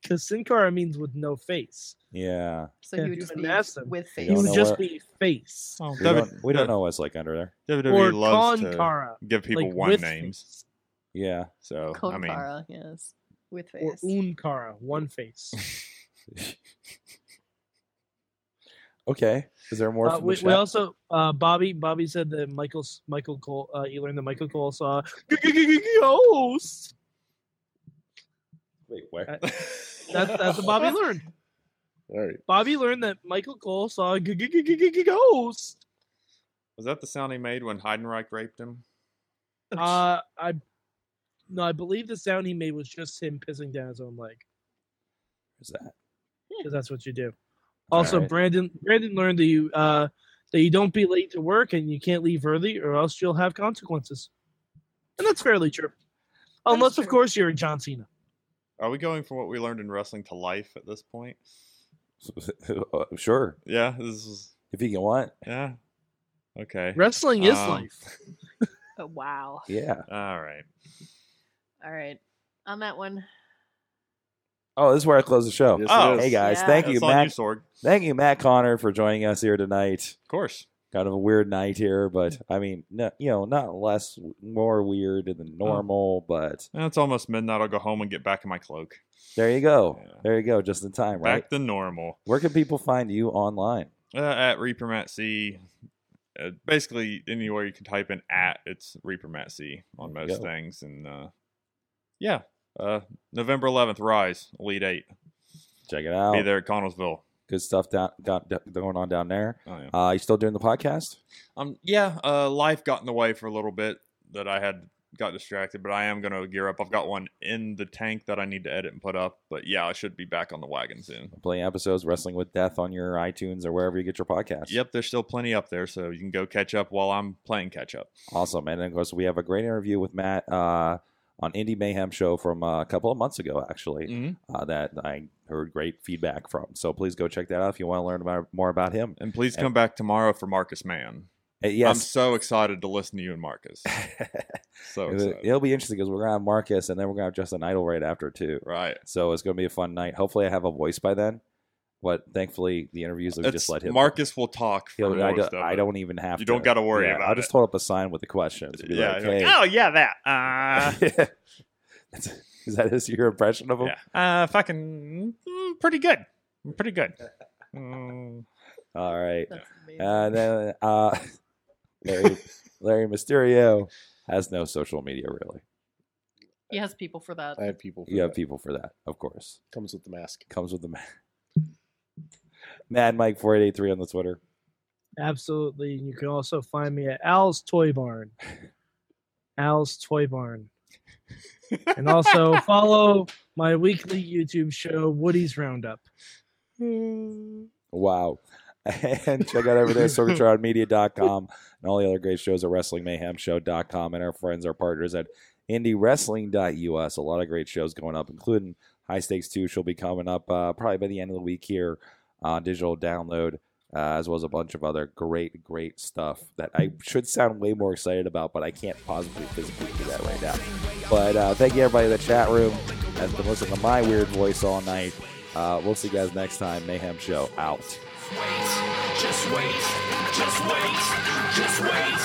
[SPEAKER 4] Because Sin Cara means with no face.
[SPEAKER 2] Yeah,
[SPEAKER 7] So he
[SPEAKER 4] Yeah, if
[SPEAKER 7] would
[SPEAKER 4] you
[SPEAKER 7] just
[SPEAKER 4] would
[SPEAKER 7] be
[SPEAKER 4] ask him,
[SPEAKER 7] with
[SPEAKER 2] You
[SPEAKER 7] face.
[SPEAKER 4] He
[SPEAKER 2] don't
[SPEAKER 4] would
[SPEAKER 2] know
[SPEAKER 4] just
[SPEAKER 2] what-
[SPEAKER 4] be face.
[SPEAKER 6] Oh,
[SPEAKER 2] we don't, we don't know what's like under there.
[SPEAKER 6] WWE
[SPEAKER 4] Or
[SPEAKER 6] E loves
[SPEAKER 4] Con
[SPEAKER 6] to
[SPEAKER 4] Cara.
[SPEAKER 6] give people
[SPEAKER 4] like
[SPEAKER 6] one
[SPEAKER 4] with
[SPEAKER 6] name.
[SPEAKER 4] face.
[SPEAKER 2] Yeah,
[SPEAKER 6] So,
[SPEAKER 7] Con
[SPEAKER 6] I mean,
[SPEAKER 7] Cara, yes, with
[SPEAKER 4] Or
[SPEAKER 7] face.
[SPEAKER 4] Un Cara, one face. Uh,
[SPEAKER 2] okay. Is there more?
[SPEAKER 4] Uh,
[SPEAKER 2] from the
[SPEAKER 4] we, we
[SPEAKER 2] chat?
[SPEAKER 4] also uh, Bobby Bobby said that Michael's Michael Cole uh, you learned that Michael Cole saw ghosts.
[SPEAKER 2] Wait, where?
[SPEAKER 4] Uh, That's that's what Bobby learned.
[SPEAKER 5] All right.
[SPEAKER 4] Bobby learned that Michael Cole saw a ghost.
[SPEAKER 6] was that the sound he made when Heidenreich raped him?
[SPEAKER 4] Uh, I no, I believe the sound he made was just him pissing down his own leg
[SPEAKER 2] Is that
[SPEAKER 4] because that's what you do. Also,
[SPEAKER 2] right.
[SPEAKER 4] Brandon Brandon learned that you uh, that you don't be late to work and you can't leave early or else you'll have consequences, and that's fairly true. Unless, of
[SPEAKER 7] true.
[SPEAKER 4] course, you're John Cena.
[SPEAKER 6] Are we going from what we learned in wrestling to life at this point?
[SPEAKER 2] sure
[SPEAKER 6] Yeah, this is
[SPEAKER 2] if you can want?
[SPEAKER 6] yeah. Okay.
[SPEAKER 4] Wrestling is
[SPEAKER 6] Um,
[SPEAKER 4] life.
[SPEAKER 7] Oh, wow.
[SPEAKER 2] Yeah.
[SPEAKER 6] All right.
[SPEAKER 7] All right. On that one,
[SPEAKER 2] Oh, this is where I close the show.
[SPEAKER 5] Yes,
[SPEAKER 6] Oh,
[SPEAKER 5] it is.
[SPEAKER 2] Hey guys,
[SPEAKER 7] Yeah.
[SPEAKER 2] thank you,
[SPEAKER 6] That's on you,
[SPEAKER 2] Matt.
[SPEAKER 6] Sorg. Of
[SPEAKER 2] thank you, Matt Connor, for joining us here tonight.
[SPEAKER 6] course.
[SPEAKER 2] Kind of a weird night here, but I mean, no, you know, not less, more weird
[SPEAKER 6] Oh.
[SPEAKER 2] than normal. But
[SPEAKER 6] Yeah, It's almost midnight. I'll go home and get back in my cloak.
[SPEAKER 2] there you go,
[SPEAKER 6] Yeah.
[SPEAKER 2] there you go, just in time, right?
[SPEAKER 6] Back to normal.
[SPEAKER 2] Where can people find you online?
[SPEAKER 6] Uh, at Reaper Matt C. Uh, basically, anywhere you can type in at, it's Reaper Matt C on
[SPEAKER 2] There you
[SPEAKER 6] most
[SPEAKER 2] go.
[SPEAKER 6] things. And uh, yeah, uh, November 11th, Rise, Elite 8.
[SPEAKER 2] Check it out.
[SPEAKER 6] Be there at Connellsville.
[SPEAKER 2] Good stuff down, got, going on down there.
[SPEAKER 6] Oh, yeah.
[SPEAKER 2] Uh, you still doing the podcast?
[SPEAKER 6] Um, yeah, uh, life got in the way for a little bit that I had got distracted, but I am going to gear up. I've got one in the tank that I need to edit and put up, but yeah, I should be back on the wagon soon.
[SPEAKER 2] Playing episodes, wrestling with death on your iTunes or wherever you get your podcast.
[SPEAKER 6] Yep, there's still plenty up there, so you can go catch up while I'm playing catch up.
[SPEAKER 2] Awesome. And of course, we have a great interview with Matt uh, on Indie Mayhem Show from uh, a couple of months ago, actually,
[SPEAKER 6] Mhm.
[SPEAKER 2] uh, that I heard great feedback from. So please go check that out if you want to learn about, more about him.
[SPEAKER 6] And please
[SPEAKER 2] And-
[SPEAKER 6] come back tomorrow for Marcus Mann.
[SPEAKER 2] Uh,
[SPEAKER 6] I'm
[SPEAKER 2] yes.
[SPEAKER 6] so excited to listen to you and Marcus. So
[SPEAKER 2] It'll
[SPEAKER 6] excited.
[SPEAKER 2] it'll be interesting because we're going to have Marcus and then we're going to have Justin Idol right after, too.
[SPEAKER 6] Right.
[SPEAKER 2] So it's going to be a fun night. Hopefully, I have a voice by then. But thankfully, the interviews have
[SPEAKER 6] It's,
[SPEAKER 2] just let him.
[SPEAKER 6] Marcus will talk for
[SPEAKER 2] He'll- I,
[SPEAKER 6] most
[SPEAKER 2] don't,
[SPEAKER 6] of
[SPEAKER 2] I
[SPEAKER 6] it.
[SPEAKER 2] don't even have
[SPEAKER 6] You
[SPEAKER 2] to.
[SPEAKER 6] don't gotta worry
[SPEAKER 2] Yeah,
[SPEAKER 6] about
[SPEAKER 2] I'll just
[SPEAKER 6] it.
[SPEAKER 2] hold up a sign with the questions. Be
[SPEAKER 6] Yeah,
[SPEAKER 2] like,
[SPEAKER 6] you're like,
[SPEAKER 2] hey.
[SPEAKER 6] oh yeah, that. Uh,
[SPEAKER 2] That's- Is that his, your impression of him?
[SPEAKER 6] Yeah. Uh, fucking mm, pretty good. Pretty good. Mm.
[SPEAKER 2] All right.
[SPEAKER 7] that's amazing.
[SPEAKER 2] And then uh, Larry, Larry Mysterio has no social media, really.
[SPEAKER 7] he has people for that.
[SPEAKER 5] I have people. For
[SPEAKER 2] You have
[SPEAKER 5] that.
[SPEAKER 2] people for that, of course.
[SPEAKER 5] Comes with the mask.
[SPEAKER 2] Comes with the ma- Mad Mike 4883 on the Twitter.
[SPEAKER 4] Absolutely. And you can also find me at Al's Toy Barn. Al's Toy Barn. And also follow my weekly YouTube show, Woody's Roundup.
[SPEAKER 2] Wow. And check out everything at SorgatronMedia.com and all the other great shows at WrestlingMayhemShow.com and our friends, our partners at IndieWrestling.us. A lot of great shows going up, including High Stakes 2. She'll be coming up uh, probably by the end of the week here on digital download, uh, as well as a bunch of other great, great stuff that I should sound way more excited about, but I can't possibly physically do that right now. But uh, thank you, everybody in the chat room. Has been listening to my weird voice all night. Uh, we'll see you guys next time. Mayhem Show out.
[SPEAKER 1] wait, just wait, just wait, just wait,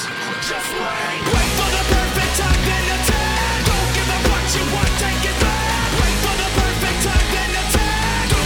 [SPEAKER 1] just wait. Wait for the perfect time, then attack. Don't give up what you want, take it back. Wait for the perfect time, then attack. Don't